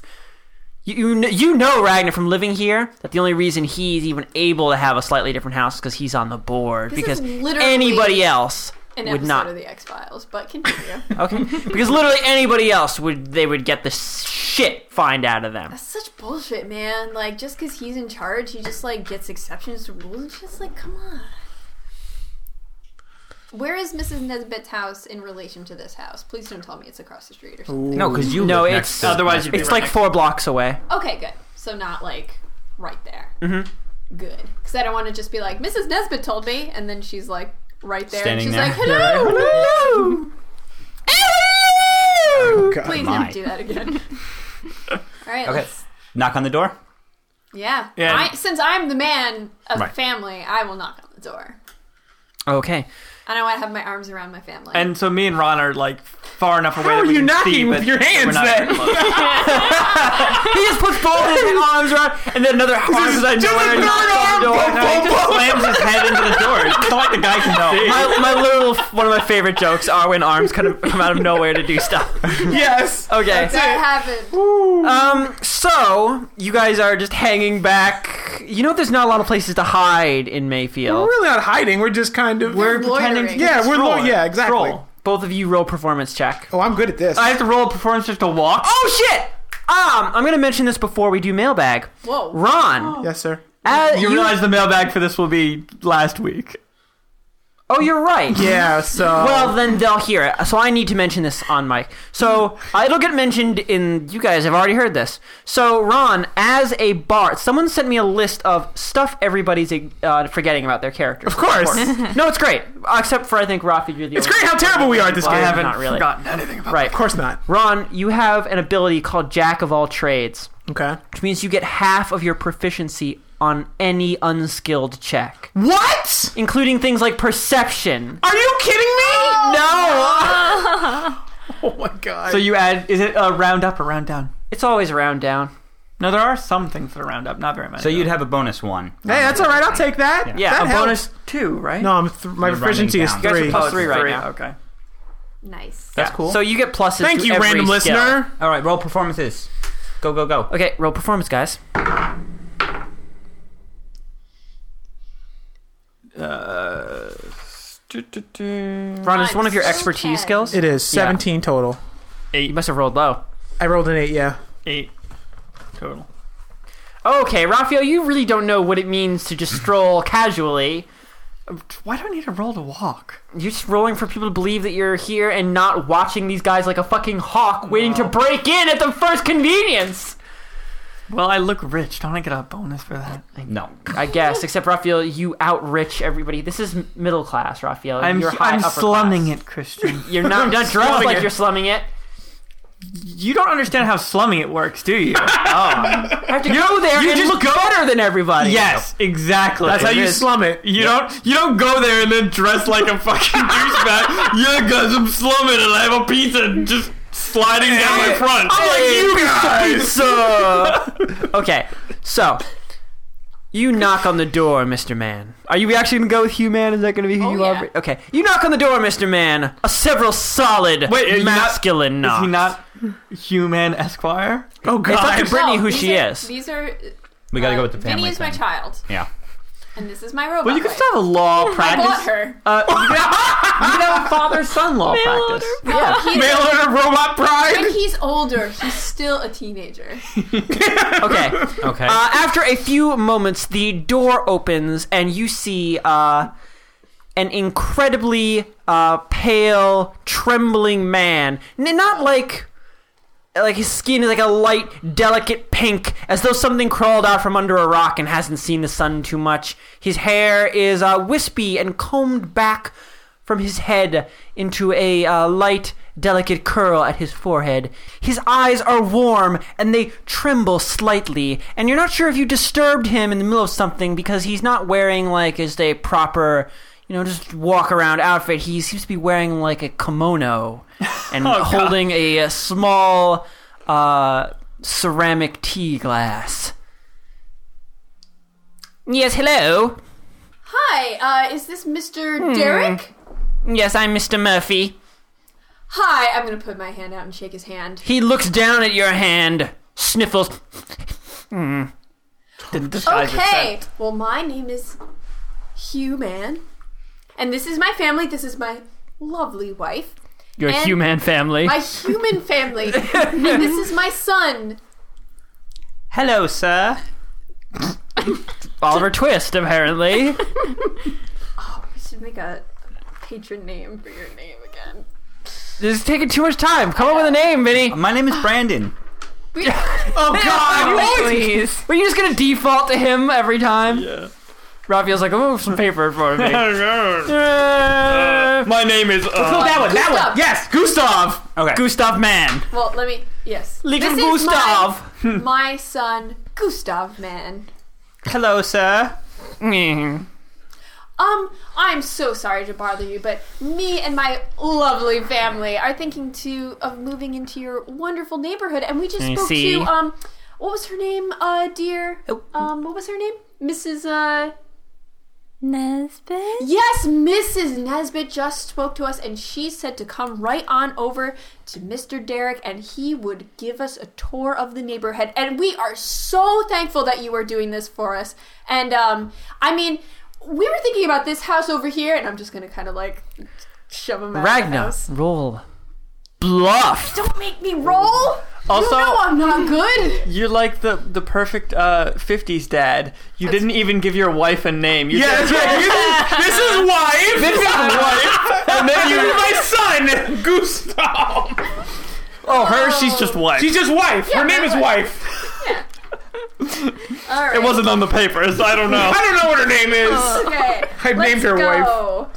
you you kn- you know Ragnar from living here that the only reason he's even able to have a slightly different house because he's on the board This because is literally anybody else An would episode not of the X Files, but continue. *laughs* okay because literally anybody else would they would get the shit fined out of them That's such bullshit, man. Like, just because he's in charge, he just, like, gets exceptions to rules. It's just like, come on. Where is Mrs. Nesbitt's house in relation to this house? Please don't tell me it's across the street or something. no because you no it's Otherwise, you'd be it's right like four blocks away Okay, good. So, not, like, right there. Mm hmm. Good. Because I don't want to just be like, Mrs. Nesbitt told me, and then she's, like, right there. Standing and she's there. *laughs* like, hello! hello Oh, hello God, Please my. never do that again. All right, Okay. let's. Knock on the door. Yeah. Yeah. I, since I'm the man of Right. the family, I will knock on the door. okay And I want to have my arms around my family. And so me and Ron are like far enough away. How that are we you can knocking see, with but your hands, we're not then? that close. *laughs* he just puts both *laughs* his arms around and then another arm This is that I know just I a know third I arm, know I boom, know. boom, He *laughs* just boom. slams his head into the door It's not like the guy can see. my, my little one of my favorite jokes are when arms kind of come out of nowhere to do stuff. Yes. Okay. that happened. Um. So you guys are just hanging back. You know, there's not a lot of places to hide in We're Mayfield. really not hiding. We're just kind of. Loitering. We're pretending. To Yeah, we're lo- Scroll. yeah, exactly. Scroll. Both of you roll performance check. Oh, I'm good at this. I have to roll a performance just to walk. Oh shit! Um, I'm gonna mention this before we do mailbag. Whoa. Ron, yes, sir. uh, You realize the mailbag for this will be last week. Oh, you're right. Yeah. *laughs* So. Well, then they'll hear it. So I need to mention this on mic. So uh, it'll get mentioned in. You guys have already heard this. So Ron, as a bard, someone sent me a list of stuff everybody's uh, forgetting about their character. of course. no, it's great. Except for I think Rafi, you're the. It's great how terrible we are at this Well, I game. haven't Not really. Forgotten anything about Right. Of course not. Ron, you have an ability called Jack of All Trades, Okay. which means you get half of your proficiency on any unskilled check, What? including things like perception. Are you kidding me? No, Oh my god. So you add? Is it a round up or round down? it's always around down. No, there are some things that are round up, not very many. So though. you'd have a bonus one. hey, that's all right. I'll take that. Yeah, That a helps. bonus two, right? No, I'm th- my You're proficiency running is down. You guys are three. plus it's three right now. Okay, Nice. that's Yeah. cool. So you get pluses. Thank to you, every random skill. listener. All right, roll performances. Go go go. Okay, roll performance, guys. Uh, du- du- du- Ron, it's one of your Nice. expertise Okay. skills. It is 17 total. You must have rolled low. I rolled an eight. Yeah. eight total. Okay, Raphael, you really don't know what it means to just stroll *laughs* casually. Why do I need a roll to walk? You're just rolling for people to believe that you're here and not watching these guys like a fucking hawk waiting to break in at the first convenience. Well, I look rich. Don't I get a bonus for that? No. I guess, except Raphael, you outrich everybody. This is m- middle class, Raphael. I'm you're high I'm upper slumming class. it, Christian. You're not, not dressed slumming like it. you're slumming it. *laughs* you don't understand how slumming it works, do *laughs* you? *laughs* I have to go there you and just look better than everybody. yes, exactly. That's how you slum it. You don't you don't go there and *laughs* then dress like a fucking douchebag. yeah, guys, I'm slumming and I have a pizza just sliding down my front. Hey, Mr. Pizza. *laughs* okay, so you knock on the door, Mr. Man. Are you actually gonna go with Hugh Man? Is that gonna be who Oh, you yeah. are? Okay, you knock on the door, Mr. Man. A several solid, Wait, are you not- masculine Is knocks. he not human Esquire? Oh It's up god. to Brittany who these she are- is. These are. We gotta uh, go with the family. Vinny is my thing. child, Yeah. and this is my robot. Well, you can wife. still have a law I bought practice. her. Oh, Uh, you can have, you can have a father-son law practice. Yeah. He's, Mail order robot pride. when he's older, he's still a teenager. Okay. Okay. Uh, after a few moments, the door opens and you see uh, an incredibly uh, pale, trembling man. N- not like like his skin is like a light, delicate pink, as though something crawled out from under a rock and hasn't seen the sun too much. His hair is uh, wispy and combed back from his head into a uh, light, delicate curl at his forehead. His eyes are warm and they tremble slightly, and you're not sure if you disturbed him in the middle of something because he's not wearing like is a proper, you know, just walk around outfit. He seems to be wearing like a kimono and holding a, uh, small uh, ceramic tea glass. Yes, hello. Hi, uh, is this Mr. Derek? Yes, I'm Mr. Murphy. Hi, I'm gonna put my hand out and shake his hand. He looks down at your hand, sniffles. Hmm. Didn't disguise Okay, well, my name is Hugh Man, and this is my family. This is my lovely wife, Your And human family. my human family, *laughs* and this is my son. Hello, sir. Oliver Twist, *laughs* apparently. We should make a patron name for your name again. this is taking too much time. Come up with a name, Vinny. My name is Brandon. We- Oh God! Please. Were you just gonna default to him every time? Yeah. Oh, Raphael's like, oh, some paper for *laughs* me. Uh, my name is. Oh, Uh, that one, that Gustav. one. Yes, Gustav. Okay. Gustav Mann. well, let me. Yes, Little this is my- Gustav. *laughs* My, son, Gustav Man. Hello, sir. Mm. Um, I'm so sorry to bother you, but me and my lovely family are thinking to of moving into your wonderful neighborhood, and we just I spoke see. Oh. to um, what was her name? Uh, dear. Um, what was her name? Mrs. Uh, Nesbitt? yes, Mrs. Nesbitt just spoke to us, and she said to come right on over to Mr. Derek, and he would give us a tour of the neighborhood. And we are so thankful that you are doing this for us. And um, I mean, we were thinking about this house over here, and I'm just gonna kind of like shove him out. of the Ragnar, house. roll. Bluff. don't make me roll. Also- you know I'm not *laughs* good. you're like the the perfect uh, '50s dad. You didn't even give your wife a name. You Yeah, said- that's right. You- This is wife. This is wife. And then you, my son, Gustav. Oh, her. She's just wife. She's just wife. Yeah, Her name is that's wife. All right. it wasn't on the paper, so I don't know. I don't know what her name is. Okay. I've Oh, let's named her go.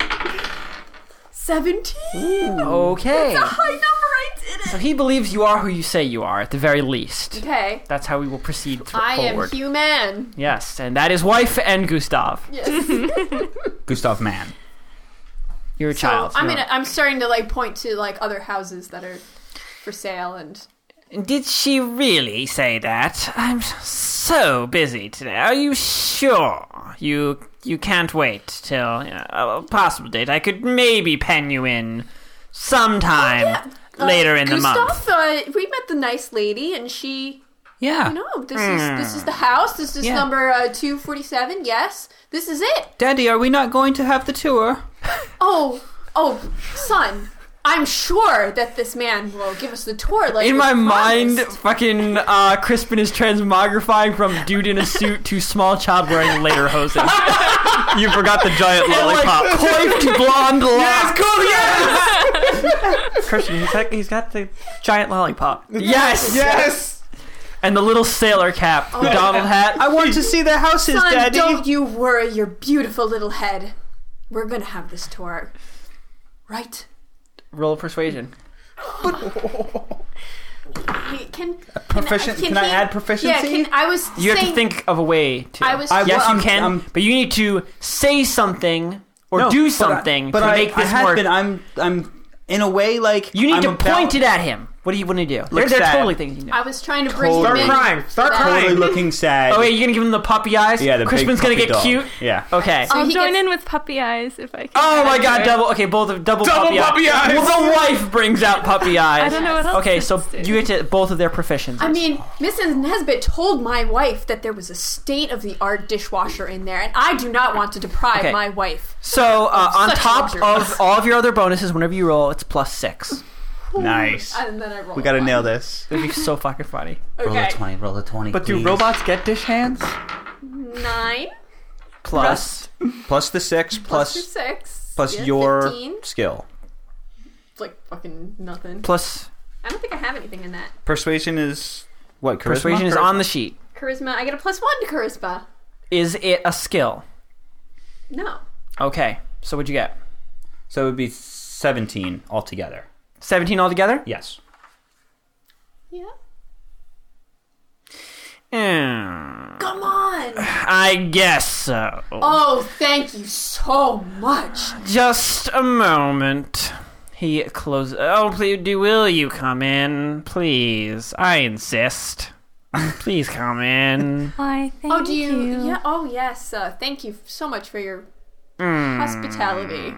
Seventeen. Okay. High number. I did So it. he believes you are who you say you are, at the very least. Okay. That's how we will proceed th- I am forward. human. Yes, and that is wife and Gustav. Yes. Gustav Mann. You're a so child. I'm No. gonna. I'm starting to like point to like other houses that are for sale and. Did she really say that? I'm so busy today. Are you sure you you can't wait till you know, a possible date? I could maybe pen you in sometime Uh, later in the Gustav, month. Uh, we met the nice lady, and she. Yeah, No, this is this is the house. This is Hmm. Yeah. number uh, two forty seven. Yes, this is it. Daddy, are we not going to have the tour? Oh, oh, son. I'm sure that this man will give us the tour. Like In we my mind, promised. fucking uh, Crispin is transmogrifying from dude in a suit to small child wearing later hoses. You forgot the *laughs* giant lollipop. like coiffed blonde locks. Cool. Yes. Christian, he's got, he's got the giant lollipop. Yes. Yes. And the little sailor cap, the Donald hat. I want to see their houses, son, Daddy. don't you worry your beautiful little head. We're gonna have this tour, right? Roll persuasion. Can can, Proficient- can I he- add proficiency? Yeah, can, I was. You have saying, to think of a way to. I was- I- yes, well, you I'm- can, I'm- but you need to say something or No, do but I- something but to I, make I this have work. Been, I'm, I'm, in a way, like you need I'm to about- point it at him. What do you want to do? There, Look there are sad. totally things you know. I was trying to bring Totally. him in. Start Crime. Start That- crime. Totally looking sad. Oh, wait, you're gonna give him the puppy eyes. yeah, the Crispin's gonna big puppy get dog. cute. Yeah. Okay. So I'll he join gets- in with puppy eyes if I can. Oh my god, Sure. double. Okay, both of double, Double puppy, puppy eyes. eyes. Well, the wife brings out puppy eyes. I don't know what else. Okay, to so do. you get to both of their proficiencies. I mean, Mrs. Nesbit told my wife that there was a state of the art dishwasher in there, and I do not want to deprive Okay. my wife. so uh, on Such top luxuries. of all of your other bonuses, whenever you roll, it's plus six. Nice. And then I roll. We gotta one. nail this. It'd be so fucking funny. Roll a Okay. twenty. Roll a twenty. But do please. robots get dish hands? Nine Plus, plus the six plus, plus plus six plus yeah, your 15. skill. It's like fucking nothing. plus I don't think I have anything in that. Persuasion is what? Charisma? persuasion is on the sheet. Charisma. I get a plus one to charisma. Is it a skill? No. Okay. So what'd you get? So it would be 17 altogether. 17 altogether? Yes. Yeah. Mm, Come *sighs* on. I guess so. Oh, thank you so much. Just a moment. He closes. Oh, please, do will you come in, please? I insist. Please come *laughs* in. Why, thank Oh, do you? Yeah. Oh, yes. Uh, thank you so much for your hospitality.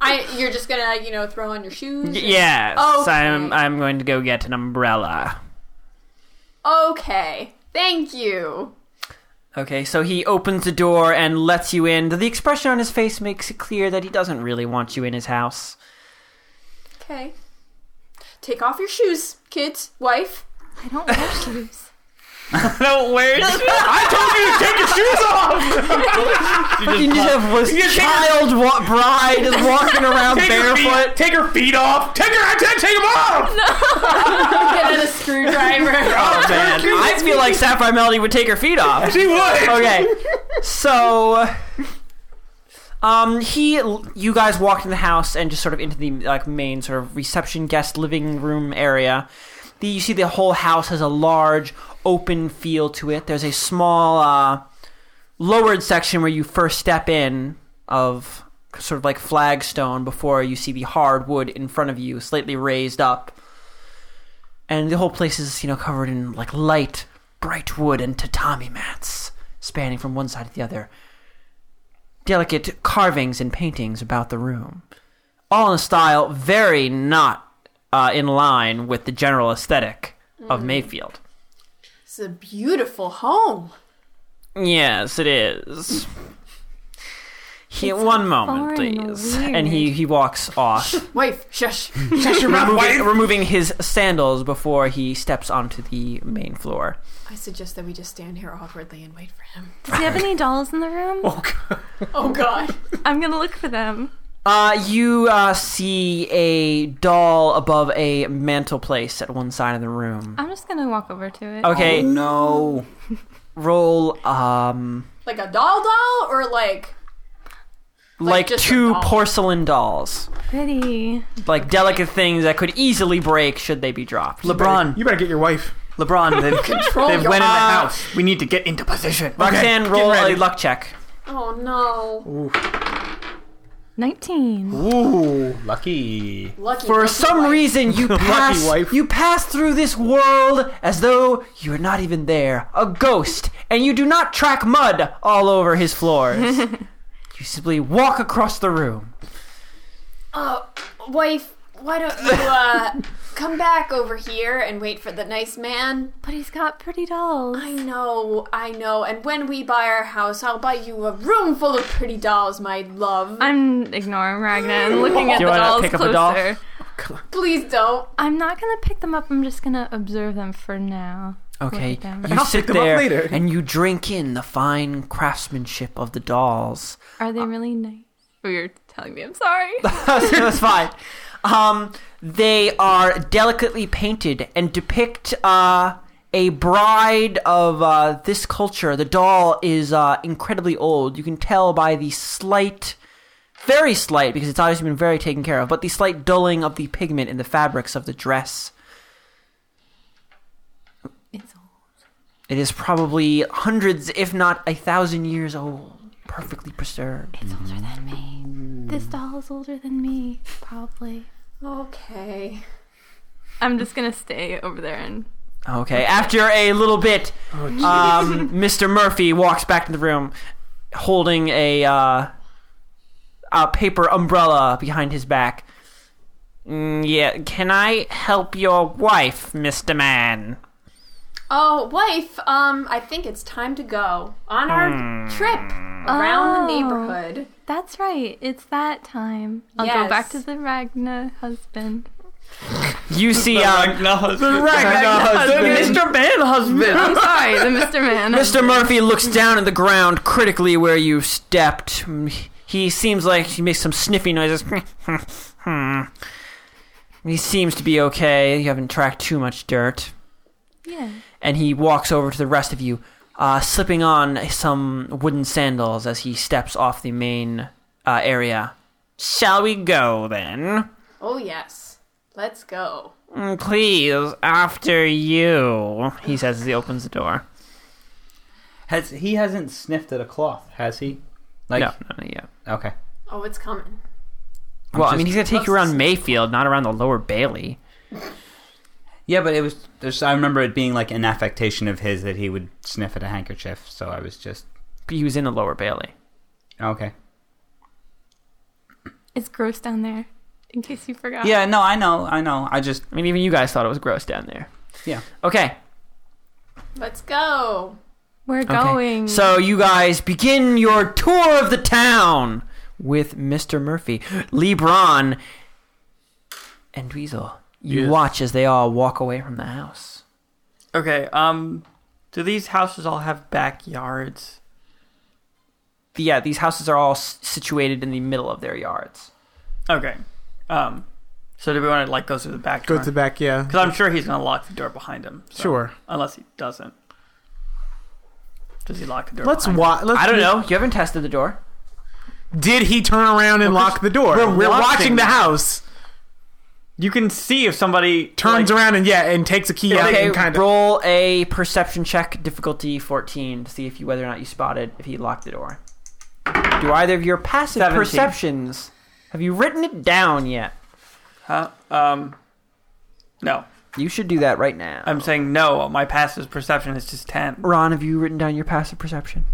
I. You're just gonna, you know, throw on your shoes. and- Yes, Okay. I'm. I'm going to go get an umbrella. Okay. Thank you. Okay, so he opens the door and lets you in. The expression on his face makes it clear that he doesn't really want you in his house. Okay. Take off your shoes, kids. Wife. I don't wear shoes. No, where's You just have this child wa- bride is walking around Take her, feet, barefoot. take her feet off. Take her. I take, take them off. Get out a screwdriver. *laughs* *laughs* Oh man, I feel like Sapphire Melody would take her feet off. She would. Okay, so um, he, you guys walked in the house and just sort of into the like main sort of reception guest living room area. The, you see the whole house has a large open feel to it. There's a small uh, lowered section where you first step in of sort of like flagstone before you see the hard wood in front of you slightly raised up and the whole place is you know covered in like light bright wood and tatami mats spanning from one side to the other delicate carvings and paintings about the room all in a style very not uh, in line with the general aesthetic of mayfield It's a beautiful home. Yes, it is. He, one moment, foreign and please. And he, he walks off, Wife, shush. removing, removing his sandals before he steps onto the main floor. *laughs* I suggest that we just stand here awkwardly and wait for him. Does he have any dolls in the room? Oh God. I'm gonna look for them. Uh, you uh, see a doll above a mantel place at one side of the room. I'm just gonna walk over to it. Okay, Oh, Oh. No. roll um Like a doll doll or like like, just a two doll. porcelain dolls, Pretty. like delicate things that could easily break should they be dropped. LeBron? You better get your wife. LeBron, they've, Control they've your- went in the Uh, house. We need to get into position. Roxanne, get roll a ready. luck check. Oh no. 19. Ooh, lucky. Lucky. For lucky some wife. reason, *laughs* you pass wife. you pass through this world as though you are not even there, a ghost, and you do not track mud all over his *laughs* floors. you simply walk across the room. Oh, wife, why don't you uh come back over here and wait for the nice man? But he's got pretty dolls. I know, I know. And when we buy our house, I'll buy you a room full of pretty dolls, my love. I'm ignoring Ragna and looking at Do you the wanna dolls pick up closer. a doll? Please don't. I'm not gonna pick them up. I'm just gonna observe them for now. Okay, Look at *laughs* them. you sit them up there later. and you drink in the fine craftsmanship of the dolls. *laughs* Are they really nice? Oh, you're telling me. I'm sorry. *laughs* *laughs* That's fine. Um, they are delicately painted and depict uh, a bride of uh, this culture. The doll is uh, incredibly old. You can tell by the slight, very slight, because it's obviously been very taken care of, but the slight dulling of the pigment in the fabrics of the dress. it's all. It is probably hundreds, if not a thousand years old, perfectly preserved. It's older than me. This doll is older than me, probably. Okay. I'm just gonna stay over there and Okay, after a little bit, um, Mr. Murphy walks back in the room holding a, uh, a paper umbrella behind his back. Mm, yeah, can I help your wife, Mr. Man? Oh, wife, um, I think it's time to go on our trip around Oh. the neighborhood. That's right. It's that time. I'll go back to the Ragna husband. You see, *laughs* uh, Mr. Man husband! I'm sorry, the Mr. Man. Mr. Murphy looks down at the ground critically where you stepped. He seems like he makes some sniffy noises. Hmm. he seems to be okay. You haven't tracked too much dirt. Yeah. and he walks over to the rest of you. uh, slipping on some wooden sandals as he steps off the main uh, area. Shall we go then? Oh, yes. Let's go. "Mm, Please, after you, he says as he opens the door. Has he hasn't sniffed at a cloth, has he? Like no, no, not yet. okay. Oh, it's coming. Well, I mean, he's gonna take you around Mayfield, not around the Lower Bailey. Yeah, but it was. There's, I remember it being like an affectation of his that he would sniff at a handkerchief. So I was just He was in the Lower Bailey. Oh, okay. It's gross down there, in case you forgot. Yeah, no, I know, I know. I just I mean, even you guys thought it was gross down there. yeah. Okay, Let's go. We're Okay. going. So you guys begin your tour of the town with Mr. Murphy, Lebron, and Weasel. You Yes. watch as they all walk away from the house. Okay, um, do these houses all have backyards? The- Yeah, these houses are all s- situated in the middle of their yards. Okay, um, so do we want to like go through the back Go door? to the back, yeah. Because I'm sure he's gonna lock the door behind him. so- Sure. Unless he doesn't. Does he lock the door? Let's behind watch. I don't know. You haven't tested the door. Did he turn around and lock the door? we're We're, watching. watching the house. him? You can see if somebody Turns like, around and yeah, and takes a key out okay, and kind of. roll a perception check, difficulty fourteen, to see if you whether or not you spotted if he locked the door. Do either of your passive 17. perceptions? Have you written it down yet? Huh? Um, no. You should do that right now. I'm saying no. My passive perception is just ten. Ron, have you written down your passive perception?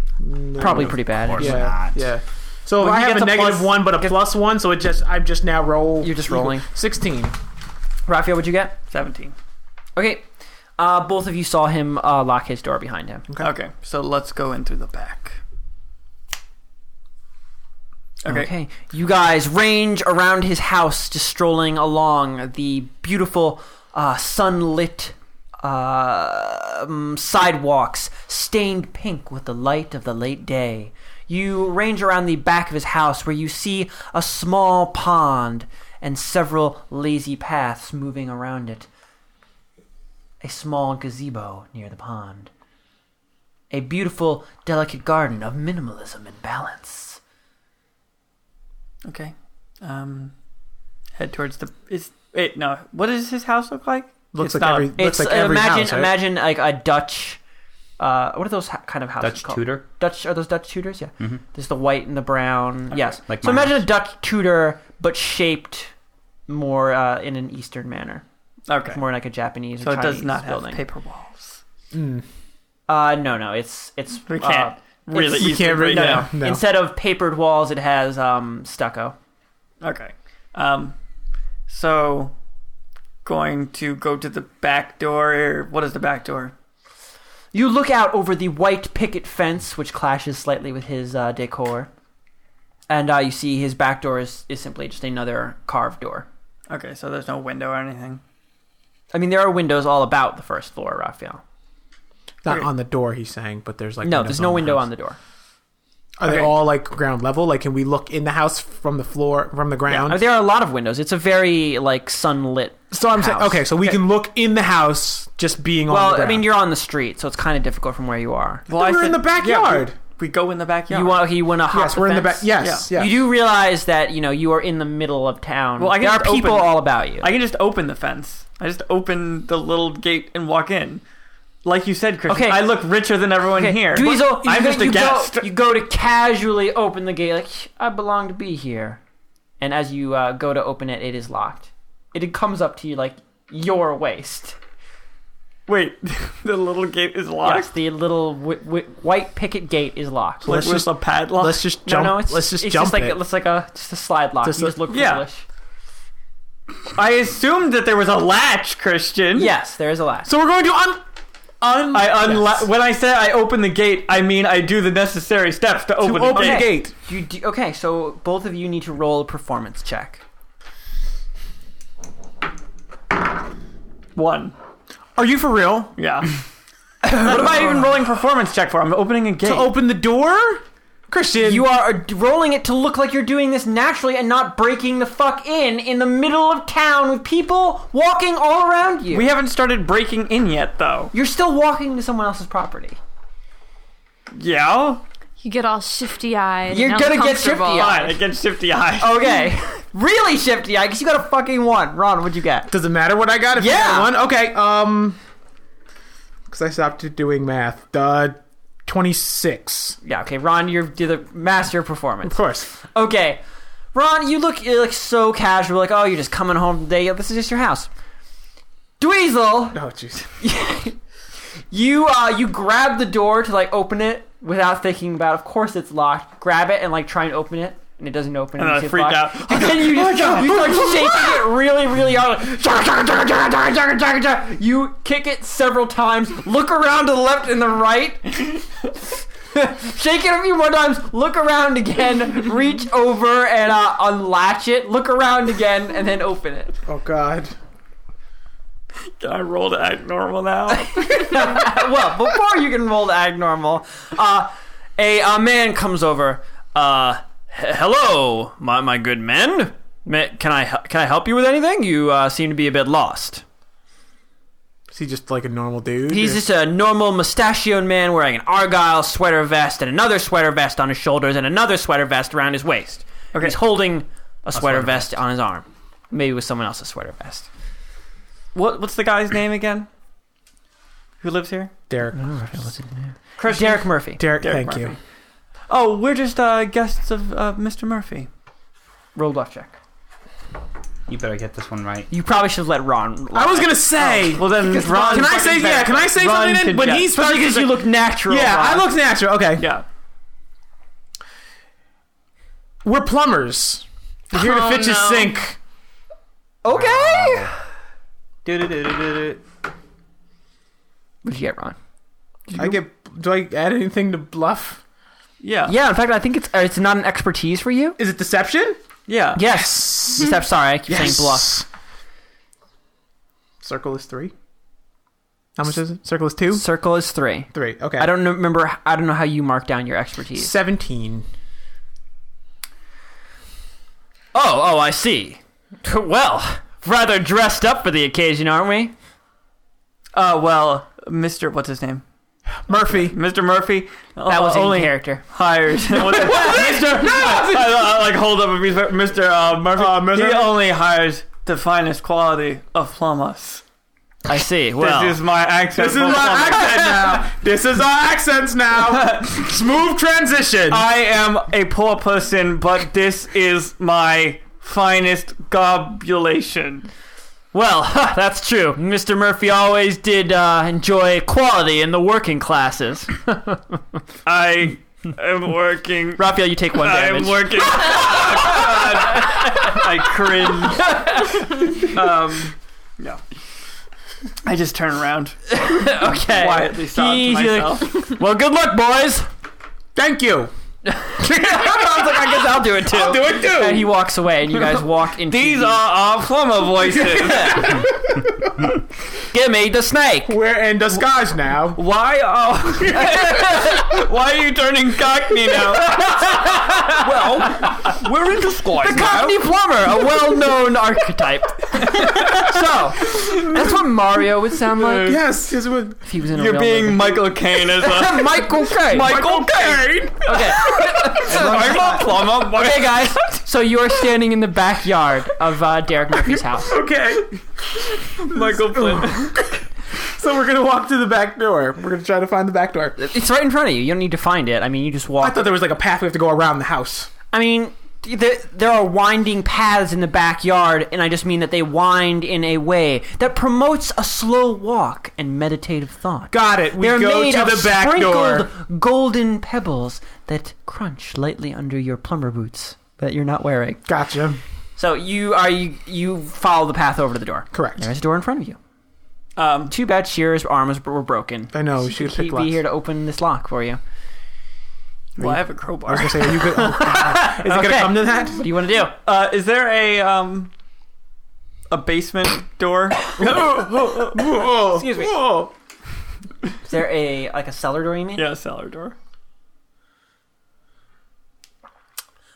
Probably pretty bad. course. Yeah, Not. yeah. So Well, I you have get a the negative plus- one, but a get- plus one. So it just I'm just now roll. You're just rolling. Sixteen. Raphael, what'd you get? Seventeen. Okay. Uh, both of you saw him uh, lock his door behind him. Okay. So let's go in through the back. Okay. You guys range around his house, just strolling along the beautiful uh, sunlit uh, um, sidewalks, stained pink with the light of the late day. You range around the back of his house where you see a small pond and several lazy paths moving around it. A small gazebo near the pond. A beautiful, delicate garden of minimalism and balance. Okay. Um, head towards the. Is wait no. What does his house look like? Looks like It's not- every. Looks like every uh, imagine house. right? imagine like a Dutch. Uh, what are those ha- kind of houses Dutch called? Tudor? Dutch are those Dutch Tudors? Yeah, there's the white and the brown. Yes, Like so my imagine a Dutch Tudor, but shaped more uh, in an Eastern manner, Okay. more like a Japanese. or so it does Chinese not have building. paper walls. Uh, no, no, it's it's We can't uh, really. it's- You can't easily- read no, now. No. Instead of papered walls, it has um, stucco. Okay. Um, so going to go to the back door. What is the back door? You look out over the white picket fence, which clashes slightly with his uh, decor, and uh, you see his back door is, is simply just another carved door. Okay, so there's no window or anything. I mean, there are windows all about the first floor, Raphael. Not on the door. He's saying, but there's like no, there's no window on the door. Are they Okay. all like ground level? Like, can we look in the house from the floor from the I ground? mean, there are a lot of windows. It's a very like sunlit. so I'm saying, house. okay, so we can look in the house just being on. Well, the I mean, ground. you're on the street, so it's kind of difficult from where you are. Well, I we're in said- the backyard. Yeah, we, we go in the backyard. You want okay, you want to hop yes, we're in the back. fence? Yes, yes. You do realize that you know you are in the middle of town. Well, I can there are just open- people all about you. I can just open the fence. I just open the little gate and walk in. Like you said, Christian, Okay. I look richer than everyone here. Dweezil, you I'm go- just a you guest. Go, you go to casually open the gate, like "Shh, I belong to be here, and as you uh, go to open it, it is locked. It comes up to you like your waist. Wait, *laughs* the little gate is locked. Yes, the little wi- wi- white picket gate is locked. Like Let's with just- a padlock. Let's just No, jump. no, it's let's just it's jump like it. it's like a just a slide lock. Just you a- just look yeah. foolish. I assumed that there was a latch, Christian. Yes, there is a latch. So we're going to un. un- I unla- Yes. when I say I open the gate, I mean I do the necessary steps to open to the open gate. the gate. You do, okay? So both of you need to roll a performance check. One. Are you for real? Yeah. what am I even rolling performance check for? I'm opening a gate. To open the door, Christian. You are uh, rolling it to look like you're doing this naturally and not breaking the fuck in in the middle of town with people walking all around you. we haven't started breaking in yet, though. you're still walking to someone else's property. Yeah, You get all shifty eyed. You're gonna get shifty-eyed. fine. I get shifty eyes. Okay. *laughs* really shifty eye, because you got a fucking one. Ron, what'd you get? Does it matter what I got? If you Yeah. got one. Okay. Um, because I stopped doing math. Uh, twenty six. Yeah, okay, Ron, you're, you're the master of performance. Of course. Okay. Ron, you look you look so casual, like, oh, you're just coming home today. This is just your house. Dweezil, Oh jeez. *laughs* you uh, you grab the door to like open it without thinking about. Of course, it's locked. Grab it and like try and open it, and it doesn't open. And you I see it's freaked locked. *laughs* out. And then you just you start shaking it really, really hard. *laughs* like, "Chugga, chugga, chugga, chugga, chugga, chugga, chugga, chugga." You kick it several times. Look around to the left and the right. *laughs* Shake it a few more times. Look around again. Reach over and uh, unlatch it. Look around again and then open it. Oh god. Can I roll to act normal now? *laughs* well, before you can roll to act normal, uh, a, uh man comes over. Uh, he- hello, my, my good men. Ma- Can I hel- can I help you with anything? You uh, seem to be a bit lost. Is he just like a normal dude? He's Or- just a normal mustachioed man wearing an argyle sweater vest and another sweater vest on his shoulders and another sweater vest around his waist. Okay. He's holding a, sweater, vest, on his arm, maybe with someone else's sweater vest. What What's the guy's name again? Who lives here? Derek. Christian. Derek Murphy. Mm. Derek. Derek thank you. Murphy. Oh, we're just uh, guests of uh, Mr. Murphy. Roll bluff check. You better get this one right. You probably should have let Ron. I was gonna say. Well then, Ron. Oh, can I say yeah? Can I say Ron something? Then? could- When yeah. he especially starts, because you look natural. Yeah, Ron. I look natural. Okay. Yeah. We're plumbers. We're here to Oh, fix his no. sink. Okay. Do-do-do-do-do-do. What'd you get, Ron? I get. Do I add anything to bluff? Yeah. Yeah, in fact, I think it's uh, it's not an expertise for you. Is it deception? Yeah. Yes. *laughs* Except, sorry, I keep saying bluff. Circle is three. How much is it? Circle is two. Circle is three. Three. Okay. I don't know- remember. I don't know how you mark down your expertise. Seventeen. Oh, oh, I see. *laughs* Well, rather dressed up for the occasion, aren't we? Uh, well, Mr. What's his name? Murphy. Mr. Murphy. Uh, That was only Uh, only character. *laughs* hires. What's it- Mr. No, like hold up, Mr. Uh, Murphy. Mr. He only hires the finest quality of plumbers. I *laughs* see. this Well, is my accent. This is for our plumbers. accent now. This is our accents *laughs* now. Smooth transition. *laughs* I am a poor person, but this is my finest gobulation. well, *laughs* huh, that's true. Mr. Murphy always did uh, enjoy quality in the working classes. I am working. Raphael, you *laughs* take one I'm damage. working. Oh, God. I cringe. Um, no. I just turn around *laughs* okay. quietly, sob to He's like, myself. well, good luck, boys. Thank you. I was like, I guess I'll do it too. I'll do it too. And he walks away, and you guys walk into. These the- are our plumber *laughs* voices. Give me the snake. We're in disguise now. Why are *laughs* Why are you turning cockney now? Well, we're in disguise. The Cockney plumber, a well-known archetype. *laughs* so that's what Mario would sound like Yes. yes it would. if he was in a You're real being movie. Michael Caine as a Michael Caine. Michael *laughs* Caine. okay. *laughs* I'm a plumber. Why- Hey guys, so you're standing in the backyard of uh, Derek Murphy's *laughs* house. Okay. Michael Flynn. So we're gonna walk to the back door. We're gonna try to find the back door. It's right in front of you. You don't need to find it. I mean, you just I walk. thought there was like a path we have to go around the house. I mean, there, there are winding paths in the backyard, and I just mean that they wind in a way that promotes a slow walk and meditative thought. Got it. We They're go made to of the back door. sprinkled golden pebbles that crunch lightly under your plumber boots that you're not wearing. Gotcha. So you are you, you follow the path over to the door. Correct. There's a door in front of you. Um, Too bad Shearer's arms were broken. I know. She She'd picked be here to open this lock for you. well, I have a I was crowbar. gonna say, are you *laughs* good? Oh, God. Is it Okay. gonna *laughs* come to that? What do you want to do? Uh, is there a um a basement door? Excuse me. Is there a like a cellar door? You mean? yeah, cellar door.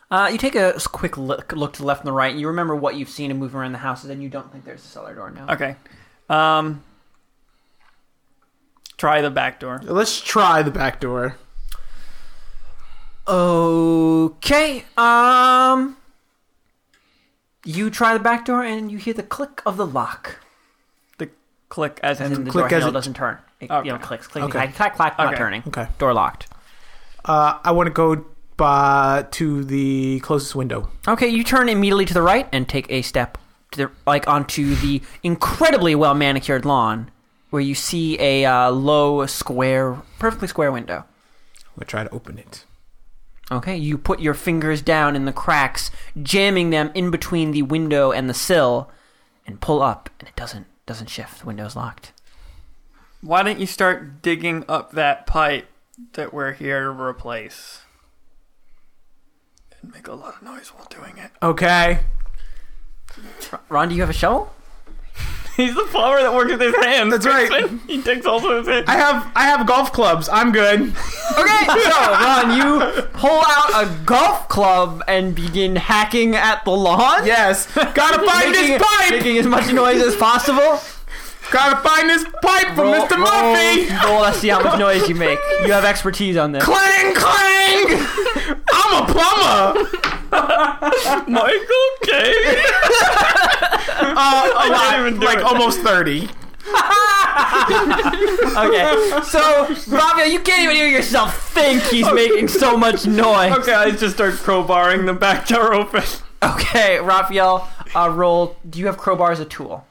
Uh, you take a s- quick look, look to the left and the right, and you remember what you've seen and move around the house, and then you don't think there's a cellar door now. Okay. Um, try the back door. Let's try the back door. Okay. Um. You try the back door and you hear the click of the lock. The click as And in the the click door as handle it- doesn't turn. It, Okay. You know, clicks, click, Okay. clack, clack, clack, not Okay. turning. Okay. Door locked. Uh, I want to go by, to the closest window. Okay, you turn immediately to the right and take a step to the, like onto the incredibly well manicured lawn, where you see a uh, low square, perfectly square window. I'm gonna try to open it. Okay, you put your fingers down in the cracks, jamming them in between the window and the sill, and pull up, and it doesn't doesn't shift. The window's locked. Why don't you start digging up that pipe that we're here to replace? And make a lot of noise while doing it. Okay. Ron, do you have a shovel? He's the plumber that works with his hands. That's right. Crispin. He digs also with his hands. I have I have golf clubs. I'm good. Okay, *laughs* so Ron, you pull out a golf club and begin hacking at the lawn. *laughs* Yes. Gotta find making, this pipe. making as much noise as *laughs* possible. Gotta find this pipe for Roll- Mr. roll- Murphy. Roll, let's see how much noise you make. You have expertise on this. Clang clang. I'm a plumber. Michael *laughs* K. *laughs* Uh, a lot, even *laughs* do like it. almost thirty. Okay, so Ravia, you can't even hear yourself think *laughs* he's making so much noise. *laughs* okay, I just start crowbarring the back door open. Okay, Raphael, uh, roll. Do you have crowbar as a tool?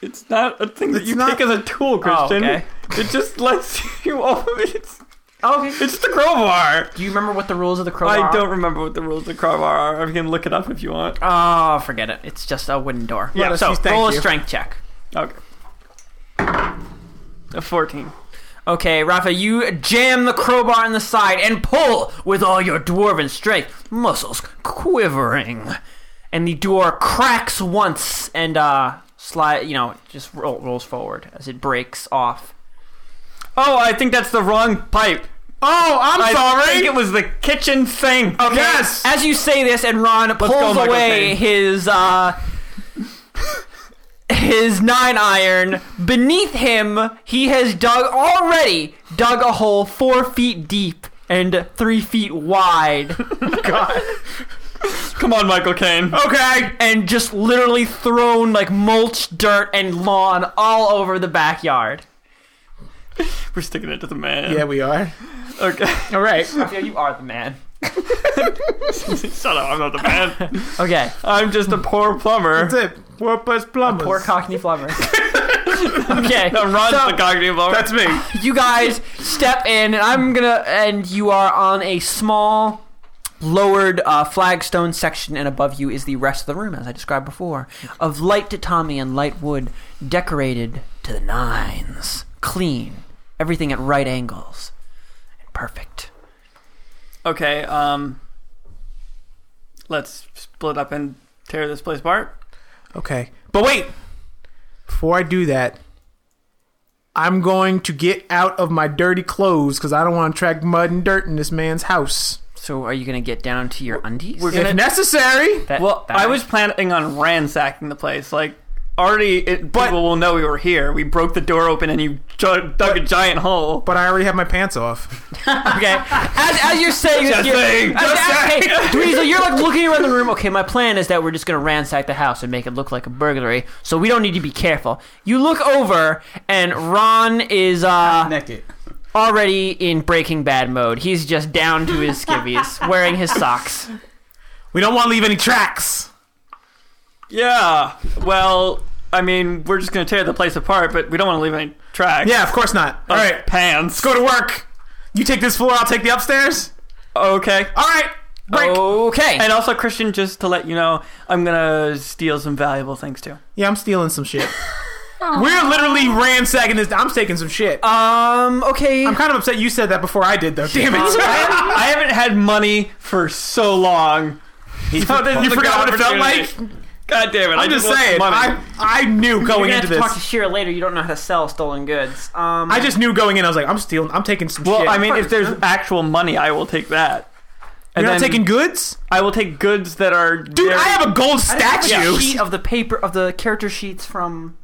It's not Oh, a thing that It's you not- take as a tool, Christian. okay. It just lets *laughs* you open it. It's, Oh, Okay. it's the crowbar. Do you remember what the rules of the crowbar I are? don't remember what the rules of crowbar are. I can look it up if you want. Oh, forget it. It's just a wooden door. Yeah, so thank roll a you. strength check. Okay. A 14. Okay, Rafa, you jam the crowbar in the side and pull with all your dwarven strength, muscles quivering. And the door cracks once and uh slide, you know, just roll, rolls forward as it breaks off. Oh, I think that's the wrong pipe. Oh, I'm I sorry. think it was the kitchen sink. Okay. Yes. As you say this, and Ron pulls go, Michael away Caine. his uh, his nine iron. Beneath him, he has dug already dug a hole four feet deep and three feet *laughs* wide, Come on, Michael Caine. Oh. Okay. and just literally thrown like mulch, dirt, and lawn all over the backyard. We're sticking it to the man. Yeah, we are. Okay. *laughs* All right. Yeah, you are the man. Shut up. I'm not the *laughs* man. Okay, I'm just a poor plumber. That's it. Worthless plumbers. *laughs* poor Cockney *laughs* plumber. okay, That runs so- the cognitive plumber. That's me. you guys step in, and I'm gonna, and you are on a small lowered uh, flagstone section, and above you is the rest of the room, as I described before, of light tatami and light wood, decorated to the nines, clean, everything at right angles, and perfect. Okay, um. Let's split up and tear this place apart. Okay. But wait. Before I do that, I'm going to get out of my dirty clothes because I don't want to track mud and dirt in this man's house. So, are you gonna get down to your undies? We're gonna. if necessary. That- well, that- I was planning on ransacking the place. Like, already it, But- people will know we were here. We broke the door open and you ju- dug a giant hole. But I already have my pants off. Okay. *laughs* As, as you're saying this, Just you're, saying, as- just as- saying. hey, *laughs* Dweezil, you're like looking around the room. Okay, my plan is that we're just gonna ransack the house and make it look like a burglary, so we don't need to be careful. You look over, and Ron is uh, Naked. already in Breaking Bad mode. He's just down to his skivvies, *laughs* wearing his socks. We don't want to leave any tracks. Yeah. Well, I mean, we're just gonna tear the place apart, but we don't want to leave any tracks. Yeah, of course not. All All right. right. Pants. Let's go to work. You take this floor, I'll take the upstairs. Okay. All right. Break. Okay. And also, Christian, just to let you know, I'm gonna steal some valuable things too. Yeah, I'm stealing some shit. We're literally ransacking this. I'm taking some shit. Um. Okay. Uh, I'm kind of upset you said that before I did, though. Damn *laughs* it. I haven't, I haven't had money for so long. He's So this is You a forgot good what it felt like? opportunity. God damn it! I I'm just want saying. Money. I, I You're knew going gonna into have to this. talk to Shira later. You don't know how to sell stolen goods. Um. I just knew going in. I was like, I'm stealing. I'm taking some well, shit. I mean, if there's actual money, I will take that. you're And not then taking goods, I will take goods that are. dude. I have a gold statue. sheet of the paper of the character sheets from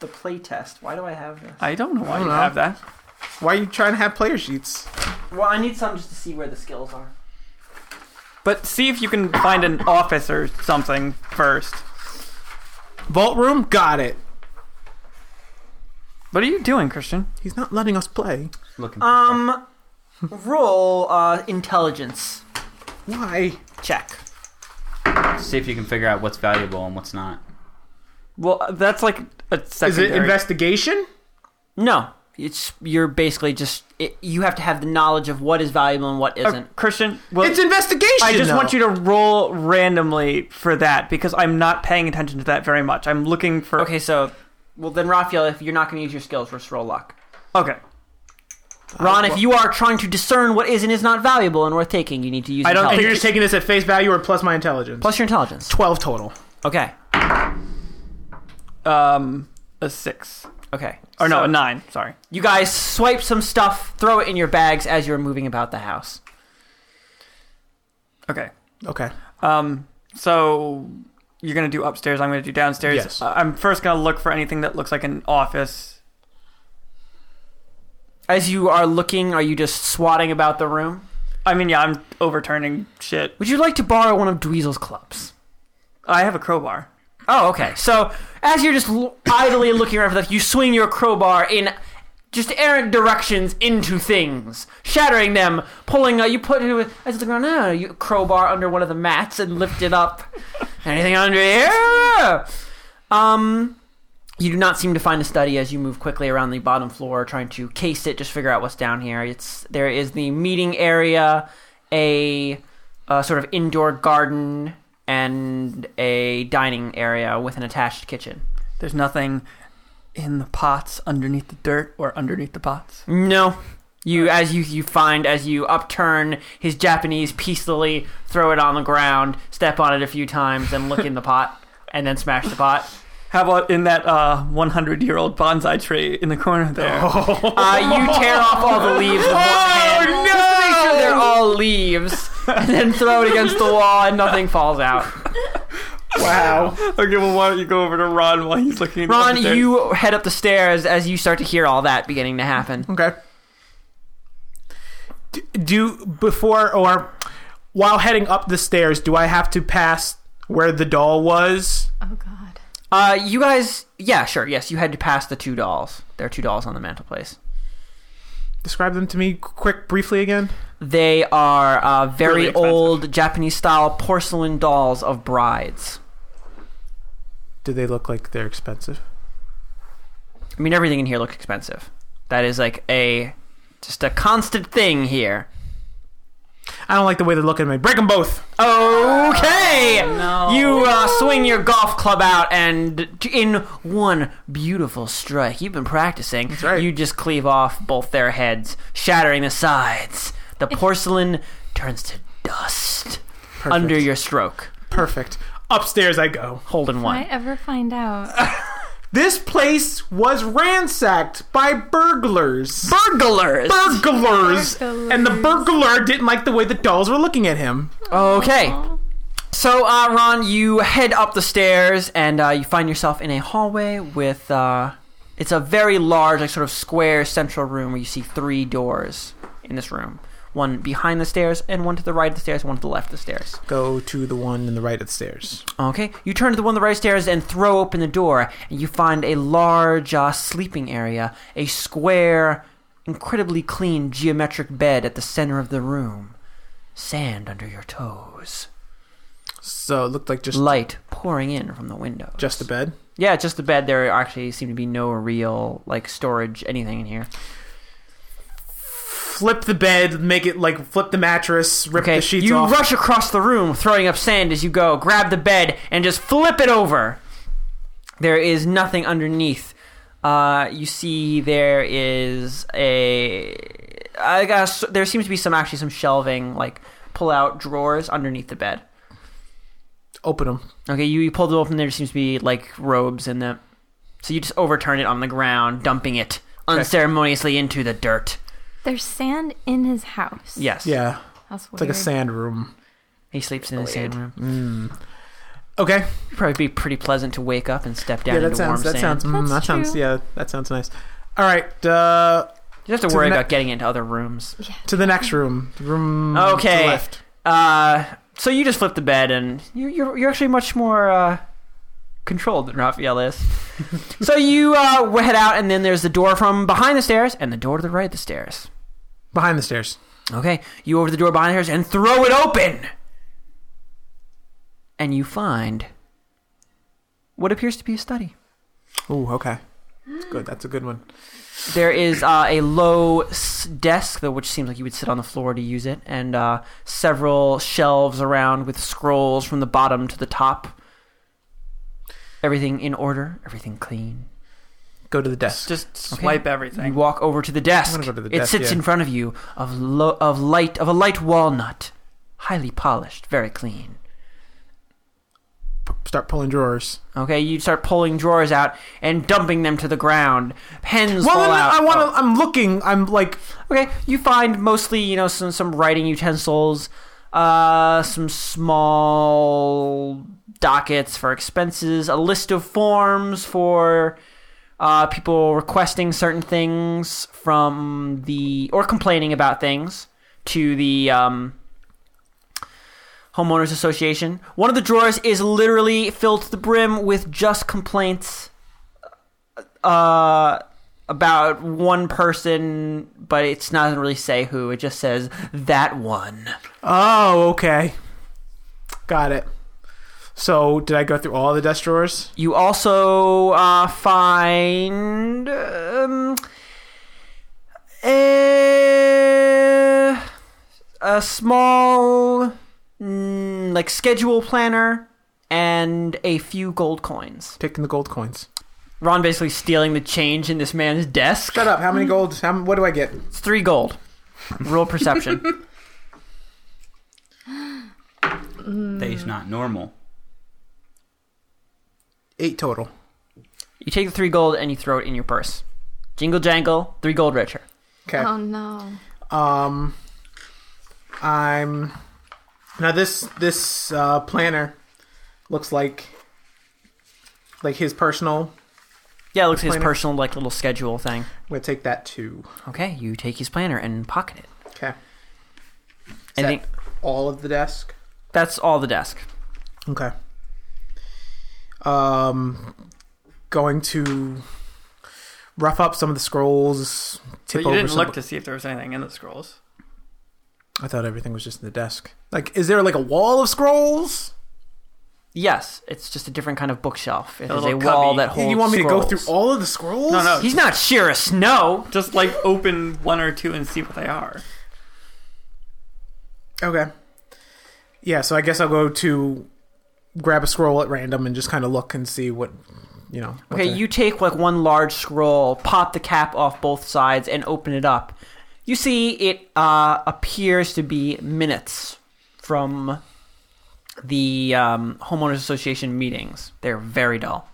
the playtest. Why do I have this? I don't know why don't you know. have that. Why are you trying to have player sheets? Well, I need some just to see where the skills are. But see if you can find an office or something first. Vault room? Got it. What are you doing, Christian? He's not letting us play. Looking. Um, roll uh, intelligence Why? check. see if you can figure out what's valuable and what's not. Well, that's like Is a it secondary. investigation? No, it's you're basically just it, you have to have the knowledge of what is valuable and what Uh, isn't. Christian, well, it's investigation. I just though. want you to roll randomly for that because I'm not paying attention to that very much. I'm looking for. Okay, so well then, Raphael, if you're not going to use your skills, just roll luck. Okay. Ron, if you are trying to discern what is and is not valuable and worth taking, you need to use. I don't And intelligence. you're just taking this at face value or plus my intelligence? plus your intelligence. 12 total. Okay, Um, a six okay. or no, So, a nine. Sorry. Oh, You guys swipe some stuff, throw it in your bags as you're moving about the house. Okay. Okay. Um, so you're gonna do upstairs. I'm gonna do downstairs. Yes. I- I'm first gonna look for anything that looks like an office. As you are looking, are you just swatting about the room? I mean, yeah, I'm overturning shit. Would you like to borrow one of Dweezil's clubs? I have a crowbar. Oh, okay. So as you're just l- idly looking around for that, you swing your crowbar in just errant directions into things, shattering them, pulling. Uh, you put it as the ground. Uh, you crowbar under one of the mats and lift it up. *laughs* Anything under here? Um, you do not seem to find a study as you move quickly around the bottom floor, trying to case it, just figure out what's down here. It's there is the meeting area, a uh, sort of indoor garden, and a dining area with an attached kitchen. There's nothing in the pots underneath the dirt or underneath the pots. No. You as you you find as you upturn his Japanese peacefully, throw it on the ground, step on it a few times, and look in the pot, and then smash the pot. How about in that uh, 100 year old bonsai tree in the corner there? Uh, you tear off all the leaves with one hand, no! just to make sure they're all leaves, and then throw it against the wall, and nothing falls out. Wow. *laughs* Okay, well, why don't you go over to Ron while he's looking? Ron, you head up the stairs as you start to hear all that beginning to happen. okay. D- Do before or while heading up the stairs, do I have to pass where the doll was? Oh God. Uh, you guys, yeah, sure, yes, you had to pass the two dolls. There are two dolls on the mantelpiece. Describe them to me quick, briefly again. They are uh, very Really expensive. old Japanese style porcelain dolls of brides. Do they look like they're expensive? I mean, everything in here looks expensive. That is like a just a constant thing here. I don't like the way they look at me. Break them both. Okay. No. You uh, swing your golf club out, and t- in one beautiful strike, you've been practicing. That's right. You just cleave off both their heads, shattering the sides. The porcelain turns to dust Perfect. under your stroke. Perfect. Upstairs I go. Holding Can I one. ever find out? This place was ransacked by burglars. Burglars. burglars. Burglars. And the burglar didn't like the way the dolls were looking at him. okay. Aw. So, uh, Ron, you head up the stairs and uh, you find yourself in a hallway with. Uh, it's a very large, like, sort of square central room where you see three doors in this room one behind the stairs, and one to the right of the stairs, and one to the left of the stairs. Go to the one in the right of the stairs. Okay. You turn to the one on the right stairs and throw open the door, and you find a large uh, sleeping area, a square, incredibly clean geometric bed at the center of the room, sand under your toes, So it looked like just light pouring in from the windows. just a bed. Yeah, just the bed. There actually seem to be no real like storage, anything in here. Flip the bed, make it like flip the mattress, rip Okay, the sheets you off. rush across the room, throwing up sand as you go. Grab the bed and just flip it over. There is nothing underneath. Uh, you see, there is a. I guess there seems to be some actually some shelving, like pull-out drawers underneath the bed. Open them. Okay, you, you pull it open. There seems to be like robes in them, so you just overturn it on the ground, dumping it unceremoniously into the dirt. There's sand in his house. Yes. Yeah, That's weird. it's like a sand room. He sleeps in his sand room. Okay, It'd probably be pretty pleasant to wake up and step down yeah, that into warm sounds. That sand. sounds. mm, That's that sounds. true. Yeah, that sounds nice. All right, uh, You have to To worry the ne- about getting into other rooms. To the next room. The room to the Okay. left. Uh, so you just flip the bed, and you, you're you're actually much more uh, controlled than Raphael *laughs* is. so you uh, head out, and then there's the door from behind the stairs, and the door to the right of the stairs. Behind the stairs. Okay, you over to the door behind hers and throw it open. And you find what appears to be a study. Ooh, okay. That's good. That's a good one. There is uh, a low s- desk, though, which seems like you would sit on the floor to use it, and uh, several shelves around with scrolls from the bottom to the top. Everything in order, everything clean. Go to the desk. Just swipe You everything. walk over to the desk. I'm gonna go to the it desk, sits yeah. in front of you of lo- of light of a light walnut, highly polished, very clean. P- start pulling drawers. Okay, you start pulling drawers out and dumping them to the ground. Pens Well, fall then out. I want to. Oh. I'm looking. I'm like, Okay, you find mostly you know some some writing utensils, uh, some small dockets for expenses, a list of forms for uh, people requesting certain things from the or complaining about things to the um, homeowners association. One of the drawers is literally filled to the brim with just complaints uh, about one person, but it's not doesn't really say who. It just says that one. oh, okay, got it. So, did I go through all the desk drawers? You also uh, find um, a, eh, a small mm, like schedule planner and a few gold coins. Taking the gold coins. Ron basically stealing the change in this man's desk. Shut up. How many gold? How, what do I get? It's three gold. Real perception. They's Mm. not normal. Eight total. You take the three gold and you throw it in your purse. Jingle jangle, three gold richer. Okay. Oh no. Um, I'm now this this uh, planner looks like like his personal. Yeah, it looks like his Planner. personal like little schedule thing. I'm gonna take that too. Okay, you take his planner and pocket it. Okay. And that- think All of the desk. that's all the desk. Okay. Um, going to rough up some of the scrolls. But Tip you over didn't some- look to see if there was anything in the scrolls. I thought everything was just in the desk. Like, is there like a wall of scrolls? Yes, it's just a different kind of bookshelf. It A is a little wall cubby. that Hey, holds. you want me to go scrolls. through all of the scrolls? No, no. He's not sheer as snow. Just like open one or two and see what they are. Okay. Yeah, so I guess I'll go to grab a scroll at random and just kind of look and see what you know. what's Okay, in it. you take like one large scroll, pop the cap off both sides, and open it up. You see, it uh, appears to be minutes from the um, homeowners association meetings. They're very dull.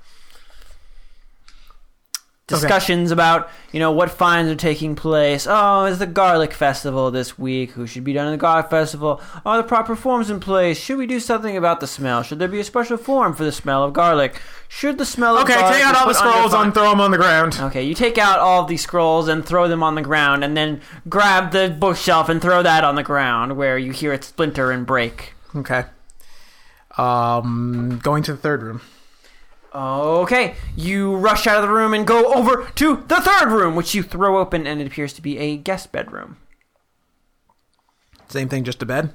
Okay. Discussions about you know what fines are taking place. Oh, is the garlic festival this week? Who should be done in the garlic festival? Are the proper forms in place? Should we do something about the smell? Should there be a special form for the smell of garlic? Should the smell of Okay, garlic take out be all the put under scrolls fine- and throw them on the ground. Okay, you take out all of these scrolls and throw them on the ground, and then grab the bookshelf and throw that on the ground where you hear it splinter and break. Okay. Um, going to the third room. Okay, you rush out of the room and go over to the third room, which you throw open, and it appears to be a guest bedroom. Same thing, just a bed,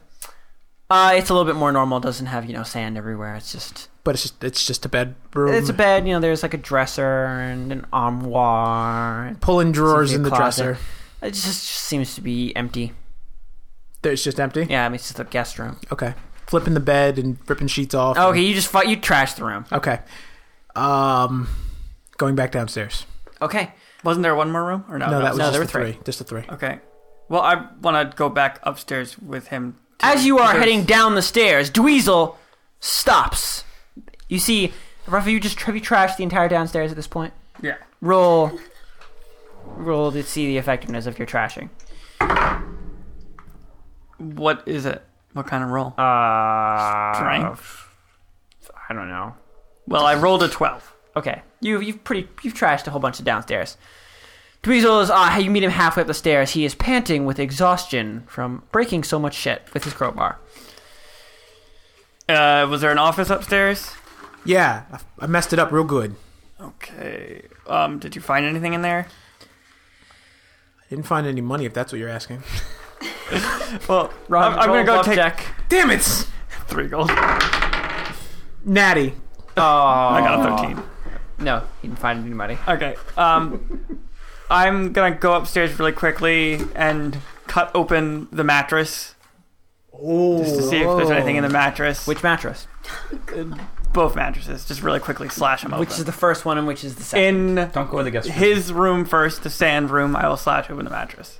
Uh, it's a little bit more normal. It doesn't have you know sand everywhere. It's just but it's just it's just a bedroom. it's a bed. You know, there's like a dresser and an armoire. Pulling drawers It's a in the closet. dresser. It just, just seems to be empty. There, It's just empty. Yeah, Oh, I mean, it's just a guest room. Okay. Flipping the bed and ripping sheets off. Okay, you just fight. You trash the room. Okay. Um, going back downstairs. Okay. Wasn't there one more room or no? no, that was Oh, no, just there the were three. three. Just the three. Okay. Well, I want to go back upstairs with him. to- As you are because- heading down the stairs, Dweezil stops. You see, Rafa, you just have you trashed the entire downstairs at this point. Yeah. Roll, roll to see the effectiveness of your trashing. What is it? What kind of roll? Uh, Strength? I don't know. Well, I rolled a 12. Okay, you you've pretty you've trashed a whole bunch of downstairs. Dweezil is, uh, you meet him halfway up the stairs. He is panting with exhaustion from breaking so much shit with his crowbar. Uh, was there an office upstairs? Yeah, I- I messed it up real good. Okay. Um, did you find anything in there? I didn't find any money, if that's what you're asking. Well, Rob, I'm, I'm gonna roll go bluff take check. Damn it, three gold. Natty. Oh, I got a thirteen. No, he didn't find anybody. Oh. Okay. Um, I'm gonna go upstairs really quickly and cut open the mattress just to see if there's anything in the mattress. Which mattress? both mattresses, just really quickly slash them open. Which is the first one and which is the second? in Don't go in the guest room. his room first, the sand room. I will slash open the mattress.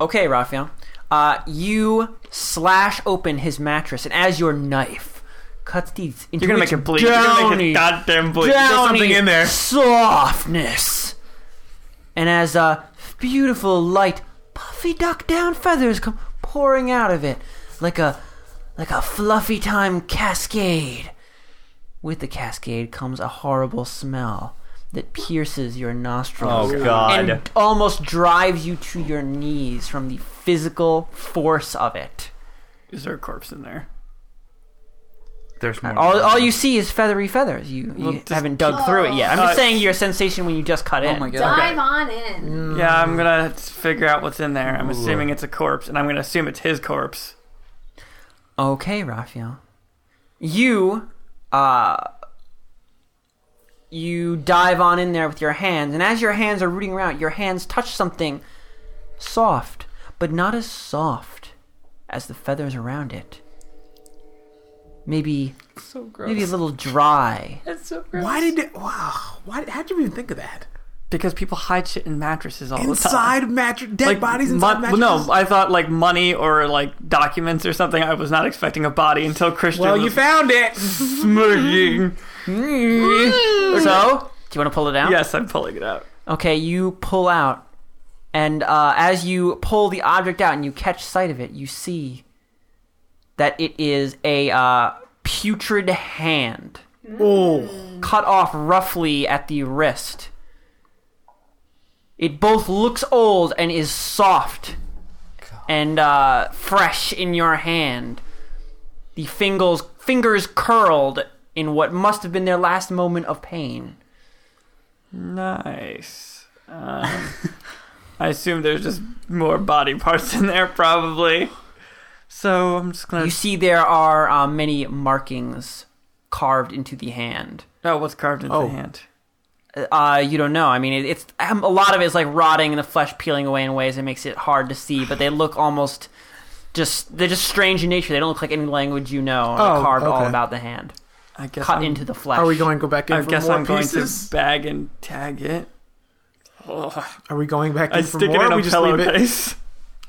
Okay, Raphael. Uh, you slash open his mattress, and as your knife cuts these into You're gonna its make it bleed. You're gonna make downy- it goddamn bleed. downy something in there. Softness. And as a beautiful, light, puffy duck down feathers come pouring out of it, like a like a fluffy time cascade. With the cascade comes a horrible smell that pierces your nostrils Oh, God. and almost drives you to your knees from the physical force of it. Is there a corpse in there? There's more. All, all you see is feathery feathers. You, you Well, just haven't dug through it yet. I'm just Uh, saying your sensation when you just cut in. Oh my god. Dive on in. Yeah, I'm gonna figure out what's in there. I'm assuming it's a corpse, and I'm gonna assume it's his corpse. Okay, Raphael. You, uh, you dive on in there with your hands, and as your hands are rooting around, your hands touch something soft, but not as soft as the feathers around it. Maybe, So gross. maybe a little dry. *laughs* That's so gross. Why did it? Wow. Why? How'd you even think of that? Because people hide shit in mattresses all the time. Inside mattress, dead like bodies inside mon- mattresses. No, I thought like money or like documents or something. I was not expecting a body until Christian. well, was you found it. smirking. So, do you want to pull it out? yes, I'm pulling it out. Okay, you pull out, and uh, as you pull the object out and you catch sight of it, you see that it is a uh, putrid hand Oh, cut off roughly at the wrist. It both looks old and is soft and uh, fresh in your hand. The fingers, fingers curled in what must have been their last moment of pain. Nice. Um, *laughs* I assume there's just more body parts in there, probably. So I'm just gonna. You see, there are uh, many markings carved into the hand. oh, what's carved into Oh. the hand? Uh, you don't know. I mean, it, it's um, a lot of it's like rotting and the flesh peeling away in ways that makes it hard to see. But they look almost just they're just strange in nature. They don't look like any language you know. and Oh, they're carved all okay. about the hand, I guess. cut I'm, into the flesh. are we going to go back in I for guess more I'm going pieces? to bag and tag it. Ugh. Are we going back in I for stick it more? in or a we just leave it. pillowcase.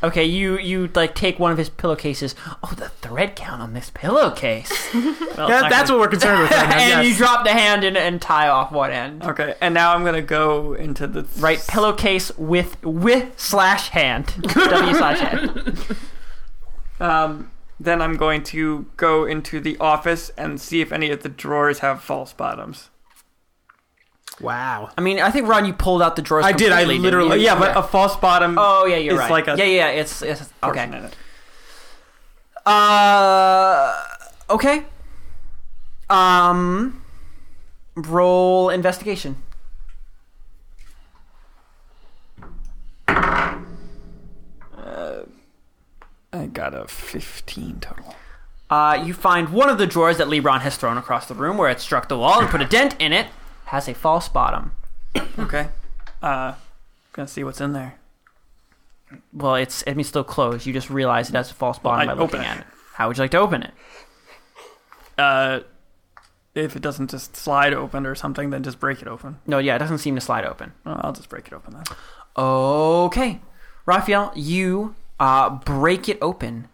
Okay, you you like take one of his pillowcases. Oh, the thread count on this *laughs* pillowcase, Well, Yeah, it's not that's gonna- what we're concerned with. Right *laughs* now, and you yes. drop the hand in and tie off one end. Okay, and now I'm gonna go into the Right, pillowcase with with slash hand. w slash hand. Um, then I'm going to go into the office and see if any of the drawers have false bottoms. wow. *laughs* I mean, I think Ron, you pulled out the drawers. I did, I completely, didn't you? literally- Oh, yeah, but a false bottom. Oh yeah, you're It's right. like a- yeah, yeah, it's it's portion okay. in it. Uh, okay. Um, roll investigation. I got a 15 total. Uh, you find one of the drawers that Lebron has thrown across the room, where it struck the wall and put a dent in it, has a false bottom. Okay. Uh, gonna see what's in there. Well, it's I mean, it's still closed. You just realize it has a false bottom I by looking open it. at it. How would you like to open it? Uh, if it doesn't just slide open or something, then just break it open. No, yeah, it doesn't seem to slide open. Well, I'll just break it open then. Okay. Raphael, you uh, break it open.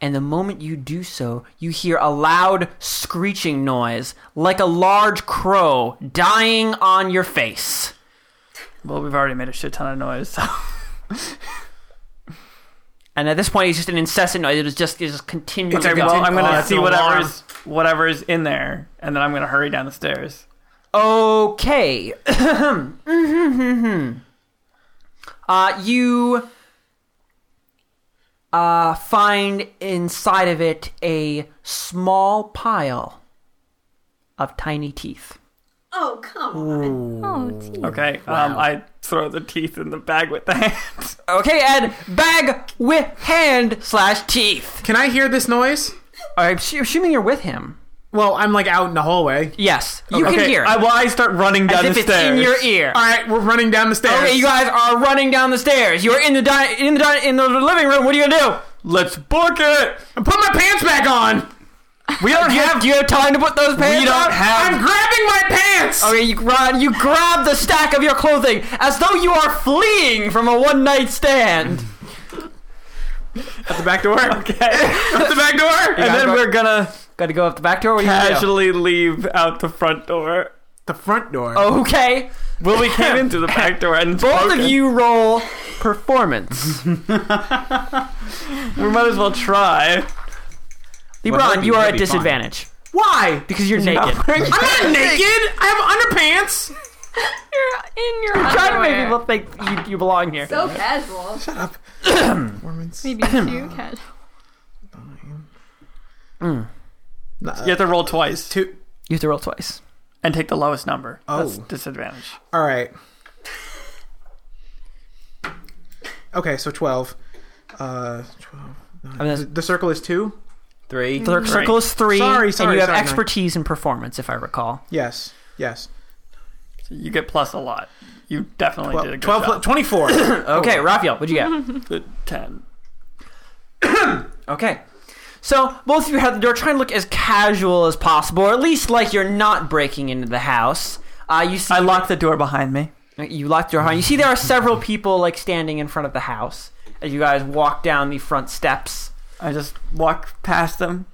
And the moment you do so, you hear a loud screeching noise, like a large crow dying on your face. Well, we've already made a shit ton of noise. *laughs* So. And at this point, it's just an incessant noise. It was just, it just continues. Okay, to go. well, I'm Oh, gonna that's see an alarm. whatever's whatever's in there, and then I'm gonna hurry down the stairs. Okay. *coughs* uh, you uh, find inside of it a small pile of tiny teeth. Oh, come on. Oh, dear. Okay, um, I throw the teeth in the bag with the hands. Okay, and bag with hand slash teeth. Can I hear this noise? I'm assu- assuming you're with him. Well, I'm like out in the hallway. Yes, you okay, can hear. I, well, I start running down as if it's the stairs. in your ear. All right, we're running down the stairs. Okay, you guys are running down the stairs. You are in the di- in the di- in the living room. What are you gonna do? Let's book it. Put my pants back on. We don't have. Do you have time to put those pants don't on? have- I'm grabbing my pants. Okay, you run. You grab the stack of your clothing as though you are fleeing from a one night stand. Out the back *laughs* door. Okay, Out the back door. and then we're gonna Got to go up the back door. What are you gonna casually leave out the front door. the front door. do? Okay, Well, we *laughs* came into the back door and it's both of broken. you roll performance. *laughs* We might as well try. LeBron, that'd you be- are that'd at be disadvantage Why? because *laughs* you're naked. I'm *laughs* not naked. I have underpants. You're in your Try to make people underwear. think you, you belong here. So casual. *clears throat* Maybe two can. You have to roll twice uh, Two. you have to roll twice. and take the lowest number. That's Oh. disadvantage. All right. Okay, so twelve. Uh, twelve. I mean, The, the circle is two. Three. The circle is three, Sorry, and sorry, you have sorry, Mike. expertise in performance, if I recall. Yes. Yes. So you get plus a lot. You definitely Well, did a good 12 pl- *coughs* job. 24. Okay, Raphael, what'd you get? The Ten. Okay. So both of you have the door trying to look as casual as possible, or at least like you're not breaking into the house. Uh, you see, Uh, I locked the door behind me. you lock the door behind. You see, there are several people like standing in front of the house as you guys walk down the front steps. I just walk past them,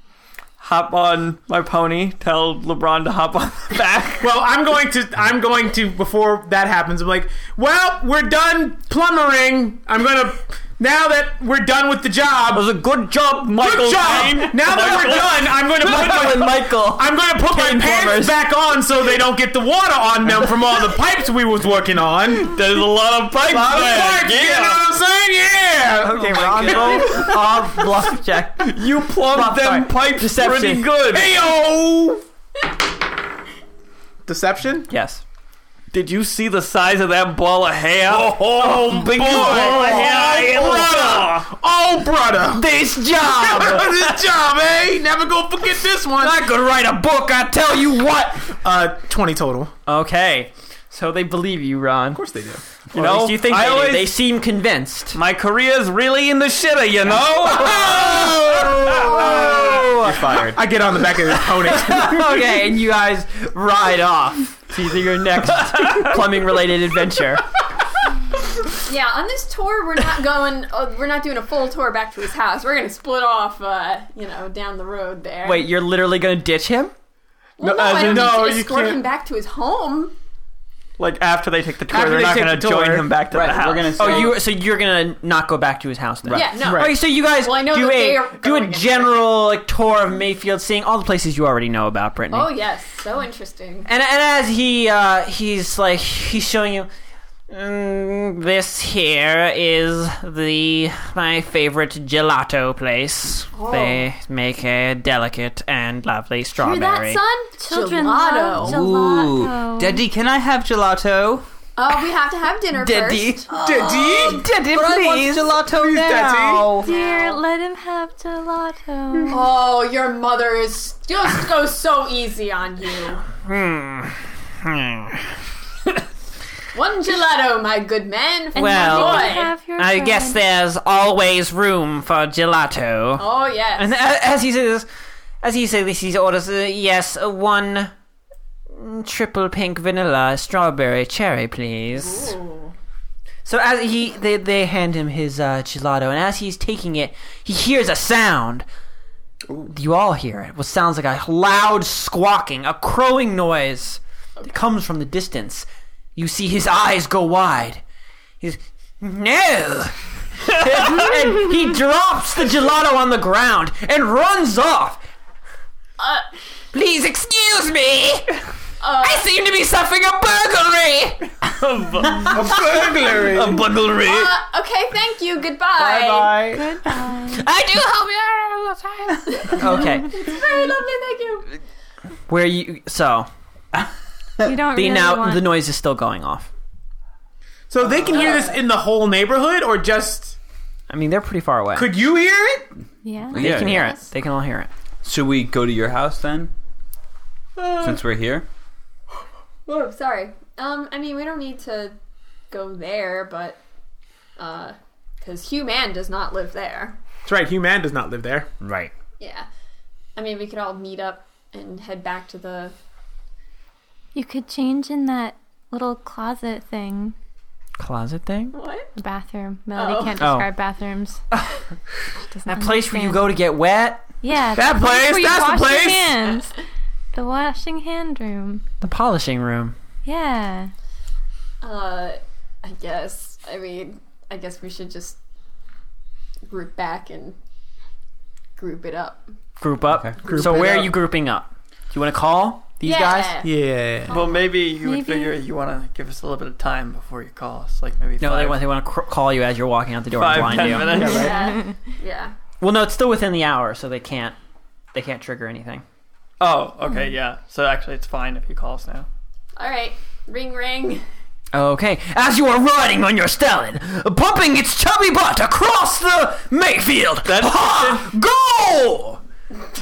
hop on my pony, tell LeBron to hop on the back. *laughs* well, Oh, I'm going to I'm going to before that happens. I'm like, "Well, we're done plumbering. I'm going to now that we're done with the job. was a good job, Michael. Good job. Caine. Now that we're done, I'm going to put *laughs* Michael and my Michael. I'm going to put my Cane pants plumbers. back on so they don't get the water on them from all the pipes we was working on. There's a lot of pipes Lot of there. pipes, you know Yeah. what I'm saying? Yeah. Okay, Ron, roll a bluff check. You plumbed Plop, them sorry. pipes Deception. pretty good. Heyo. Deception? Yes. Did you see the size of that ball of hair? Oh, Big ball of hair. brother. Oh, brother. This job. *laughs* this job, eh? Never gonna forget this one. I could write a book. I tell you what. Uh, twenty total. Of Okay. So they believe you, Ron. course they do. You Or at know, least you think I they, do. always- they seem convinced. *laughs* My career's really in the shitter, you *laughs* Oh! You're fired. I get on the back of this pony. *laughs* okay, and you guys ride off to your *laughs* next plumbing related adventure. Yeah, on this tour, we're *laughs* not going. Uh, we're not doing a full tour back to his house. We're gonna split off. Uh, you know, down the road there. Wait, you're literally gonna ditch him? Well, No, no, as I don't in- no, need to you escort can't. him back to his home. like after they take the tour, After they're they not take going the to join tour. him back to Right, the we're house. gonna Oh, you so you're gonna not go back to his house then? Yeah, no. Okay, so you guys Well, I know do that they a are do a going in. general like tour of Mayfield, seeing all the places you already know about, Brittany. Mm. Oh yes, so interesting. And, and as he uh, he's like he's showing you mm, this here is the my favorite gelato place. Oh. They make a delicate and lovely Hear strawberry. that, son? Children Gelato. love gelato. Daddy, can I have gelato? Oh, we have to have *gasps* dinner Daddy. first. Oh. Daddy, Daddy, But I want please. gelato Please, now. Dear, let him have gelato. Oh, your mother is just goes so easy on you. Mm. One gelato, my good man. for Well- my Let boy. him have your I guess friend. there's always room for gelato. Oh yes. And a- as he says, as he says, he orders. Uh, yes, uh, one triple pink vanilla strawberry cherry, please. Ooh. So as he they, they hand him his uh, gelato, and as he's taking it, he hears a sound. You all hear it. What sounds like a loud squawking, a crowing noise that comes from the distance. You see his eyes go wide. He's no. and he drops the gelato on the ground and runs off. Uh, Please excuse me. I seem to be suffering a burglary. a burglary. a burglary. Uh, okay, thank you. Goodbye. Bye bye. Goodbye. *laughs* I do help you out all the time. okay, Very lovely, thank you. where you? So You don't the really now want. the noise is still going off. So they can hear this in the whole neighborhood, or just I mean, they're pretty far away. could you hear it? yeah. they Yeah, can hear it. Yes. They can all hear it. Should we go to your house then? Since we're here, Whoa, sorry. Um, I mean, we don't need to go there, but uh, because Hugh Man does not live there. That's right. Hugh Man does not live there. right? Yeah, I mean, we could all meet up and head back to the. You could change in that little closet thing, Closet thing. What? the bathroom. Melody Oh. can't Oh. describe bathrooms. That place where you go to get wet. Yeah. That the place, where you that's the wash your place. hands. The washing hand room. The polishing room. Yeah. Uh, I guess. I mean, I guess we should just group back and group it *laughs* up. Group up. Okay. Group so it where up. are you grouping up? Do you want to call these guys? Yeah. Well, maybe you Maybe. would figure you want to give us a little bit of time before you call us, like maybe No, five, they want they want to cr- call you as you're walking out the door five and blind ten you. minutes. Yeah. yeah. Well, no, it's still within the hour, so they can't they can't trigger anything. Oh, okay, yeah. So actually, it's fine if you call us now. All right. Ring, ring. Okay. As you are riding on your stallion, pumping its chubby butt across the Mayfield. That's- ha! Go!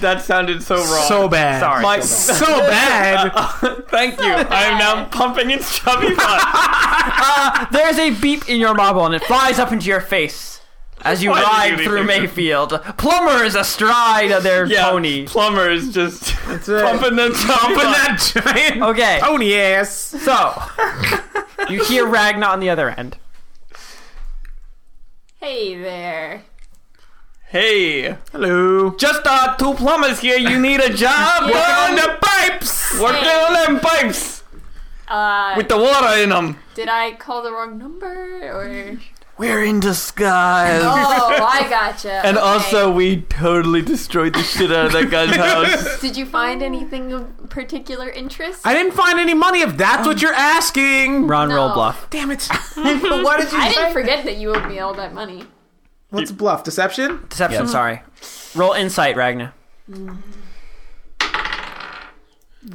That sounded so wrong. So bad. Sorry. *laughs* My- So bad. Thank you. I am now pumping its chubby butt. There's a beep in your marble, and it flies up into your face as you Why did you ride do through that? Mayfield. Plumber is astride of their *laughs* yeah, pony. Plumber is *laughs* just it. pumping the chubby Open butt. that giant Okay. Oh. pony ass. So you hear Ragnar on the other end. Hey there. Hey, Hello. just uh, two plumbers here. You need a job? Yeah. Working on the pipes. Working on them pipes Uh, with the water in them. did I call the wrong number *laughs* or? We're in disguise. Oh, I gotcha. *laughs* And Okay. also, we totally destroyed the shit out of *laughs* that guy's house. Did you find anything of particular interest? I didn't find any money. If that's what you're asking. Ron No. roll bluff. Damn it. *laughs* but why did you? I didn't forget that you owed me all that money. What's bluff? Deception? Deception. Sorry. Roll insight, Ragnar.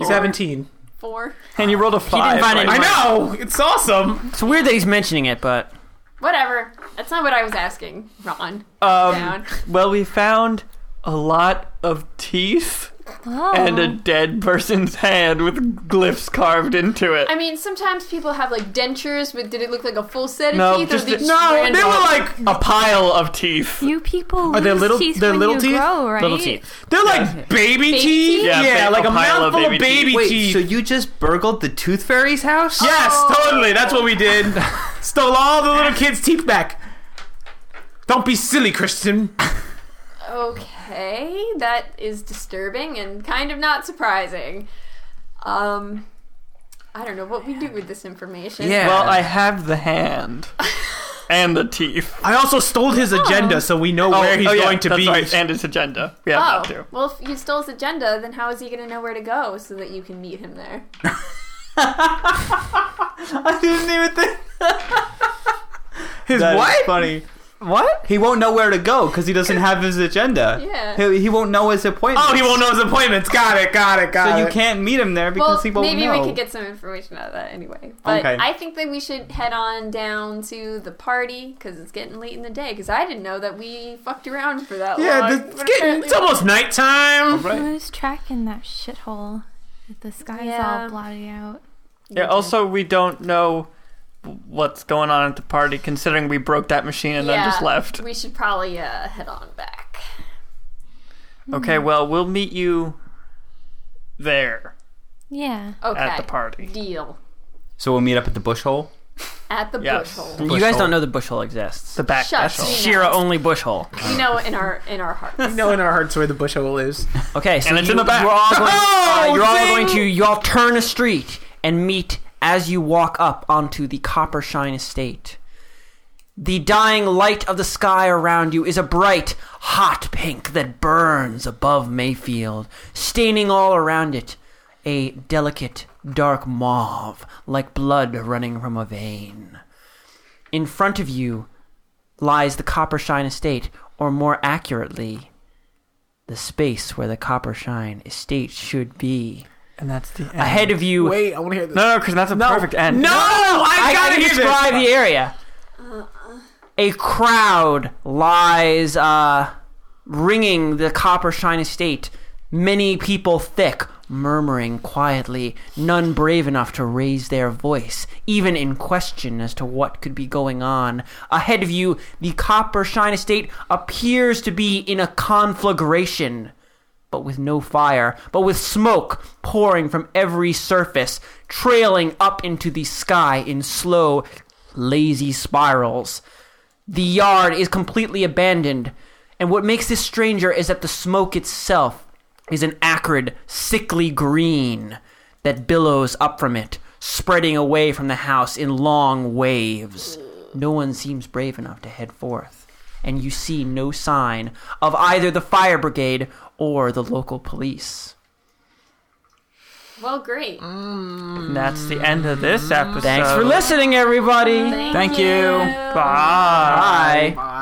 Seventeen. Four. and you rolled a five. find right? any- I Oh, know. It's awesome. It's weird that he's mentioning it, but Whatever. That's not what I was asking, Ron. Um, Down. well, we found a lot of teeth Whoa. and a dead person's hand with glyphs carved into it. I mean, sometimes people have like dentures, but did it look like a full set of No, teeth? just or did a- you no, random- they were like a pile of teeth. you people lose Are they little- teeth they're when little you teeth? grow, right? little teeth. They're like baby teeth. teeth? Yeah, ba- like a a, pile of mouthful baby of baby Wait, teeth. so you just burgled the Tooth Fairy's house? yes, Oh. totally. That's what we did. Stole all the little kids' teeth back. Don't be silly, Christian. Okay, that is disturbing and kind of not surprising. Um, I don't know what we do with this information. Yeah. Well, I have the *laughs* hand and the teeth. I also stole his agenda, so we know where he's oh, yeah, going to that's be. right, and his agenda. We have that Oh, too. well, if you stole his agenda, then how is he going to know where to go so that you can meet him there? I didn't even *laughs* think. his That is what? funny. What? He won't know where to go because he doesn't have his agenda. Yeah. He, he won't know his appointment. Oh, he won't know his appointments. Got it. Got it. Got So it. you can't meet him there because well, he won't maybe know. we could get some information out of that anyway. But Okay. I think that we should head on down to the party because it's getting late in the day. Because I didn't know that we fucked around for that long. Yeah, it's, but getting, apparently- it's almost nighttime. You lose track in that shithole. If The sky's Yeah. all blotted out. Yeah. Also, we don't know what's going on at the party, considering we broke that machine and then Yeah, just left. We should probably uh, head on back. Mm-hmm. Okay. Well, we'll meet you there Yeah. Okay. at the party. Deal. So we'll meet up at the bush hole. At the Yes. bush hole. You guys don't know the bush hole exists. The back Shut special. up. Shira only bush hole. We know in our in our hearts. *laughs* You know in our hearts where the bush hole is. Okay, so And it's you, in the back. you're all going. uh, *laughs* Oh, you're all zing! going to you all turn a street and meet as you walk up onto the Copper Shine Estate. The dying light of the sky around you is a bright, hot pink that burns above Mayfield, staining all around it. a delicate dark mauve, like blood running from a vein. In front of you lies the Coppershine Estate, or more accurately, the space where the Coppershine Estate should be. And that's the end. Ahead of you. Wait, I want to hear this. No, no, because that's a perfect end. No, I, gotta, describe the area. A crowd lies uh, ringing the copper shine estate. Many people thick, murmuring quietly, none brave enough to raise their voice, even in question as to what could be going on. Ahead of you, the copper shine estate appears to be in a conflagration but with no fire, but with smoke pouring from every surface, trailing up into the sky in slow, lazy spirals. The yard is completely abandoned, and what makes this stranger is that the smoke itself is an acrid, sickly green that billows up from it, spreading away from the house in long waves. No one seems brave enough to head forth, and you see no sign of either the fire brigade or the local police. Well, great. And that's the end of this episode. Thanks for listening, everybody. Thank you. Bye. Bye. Bye.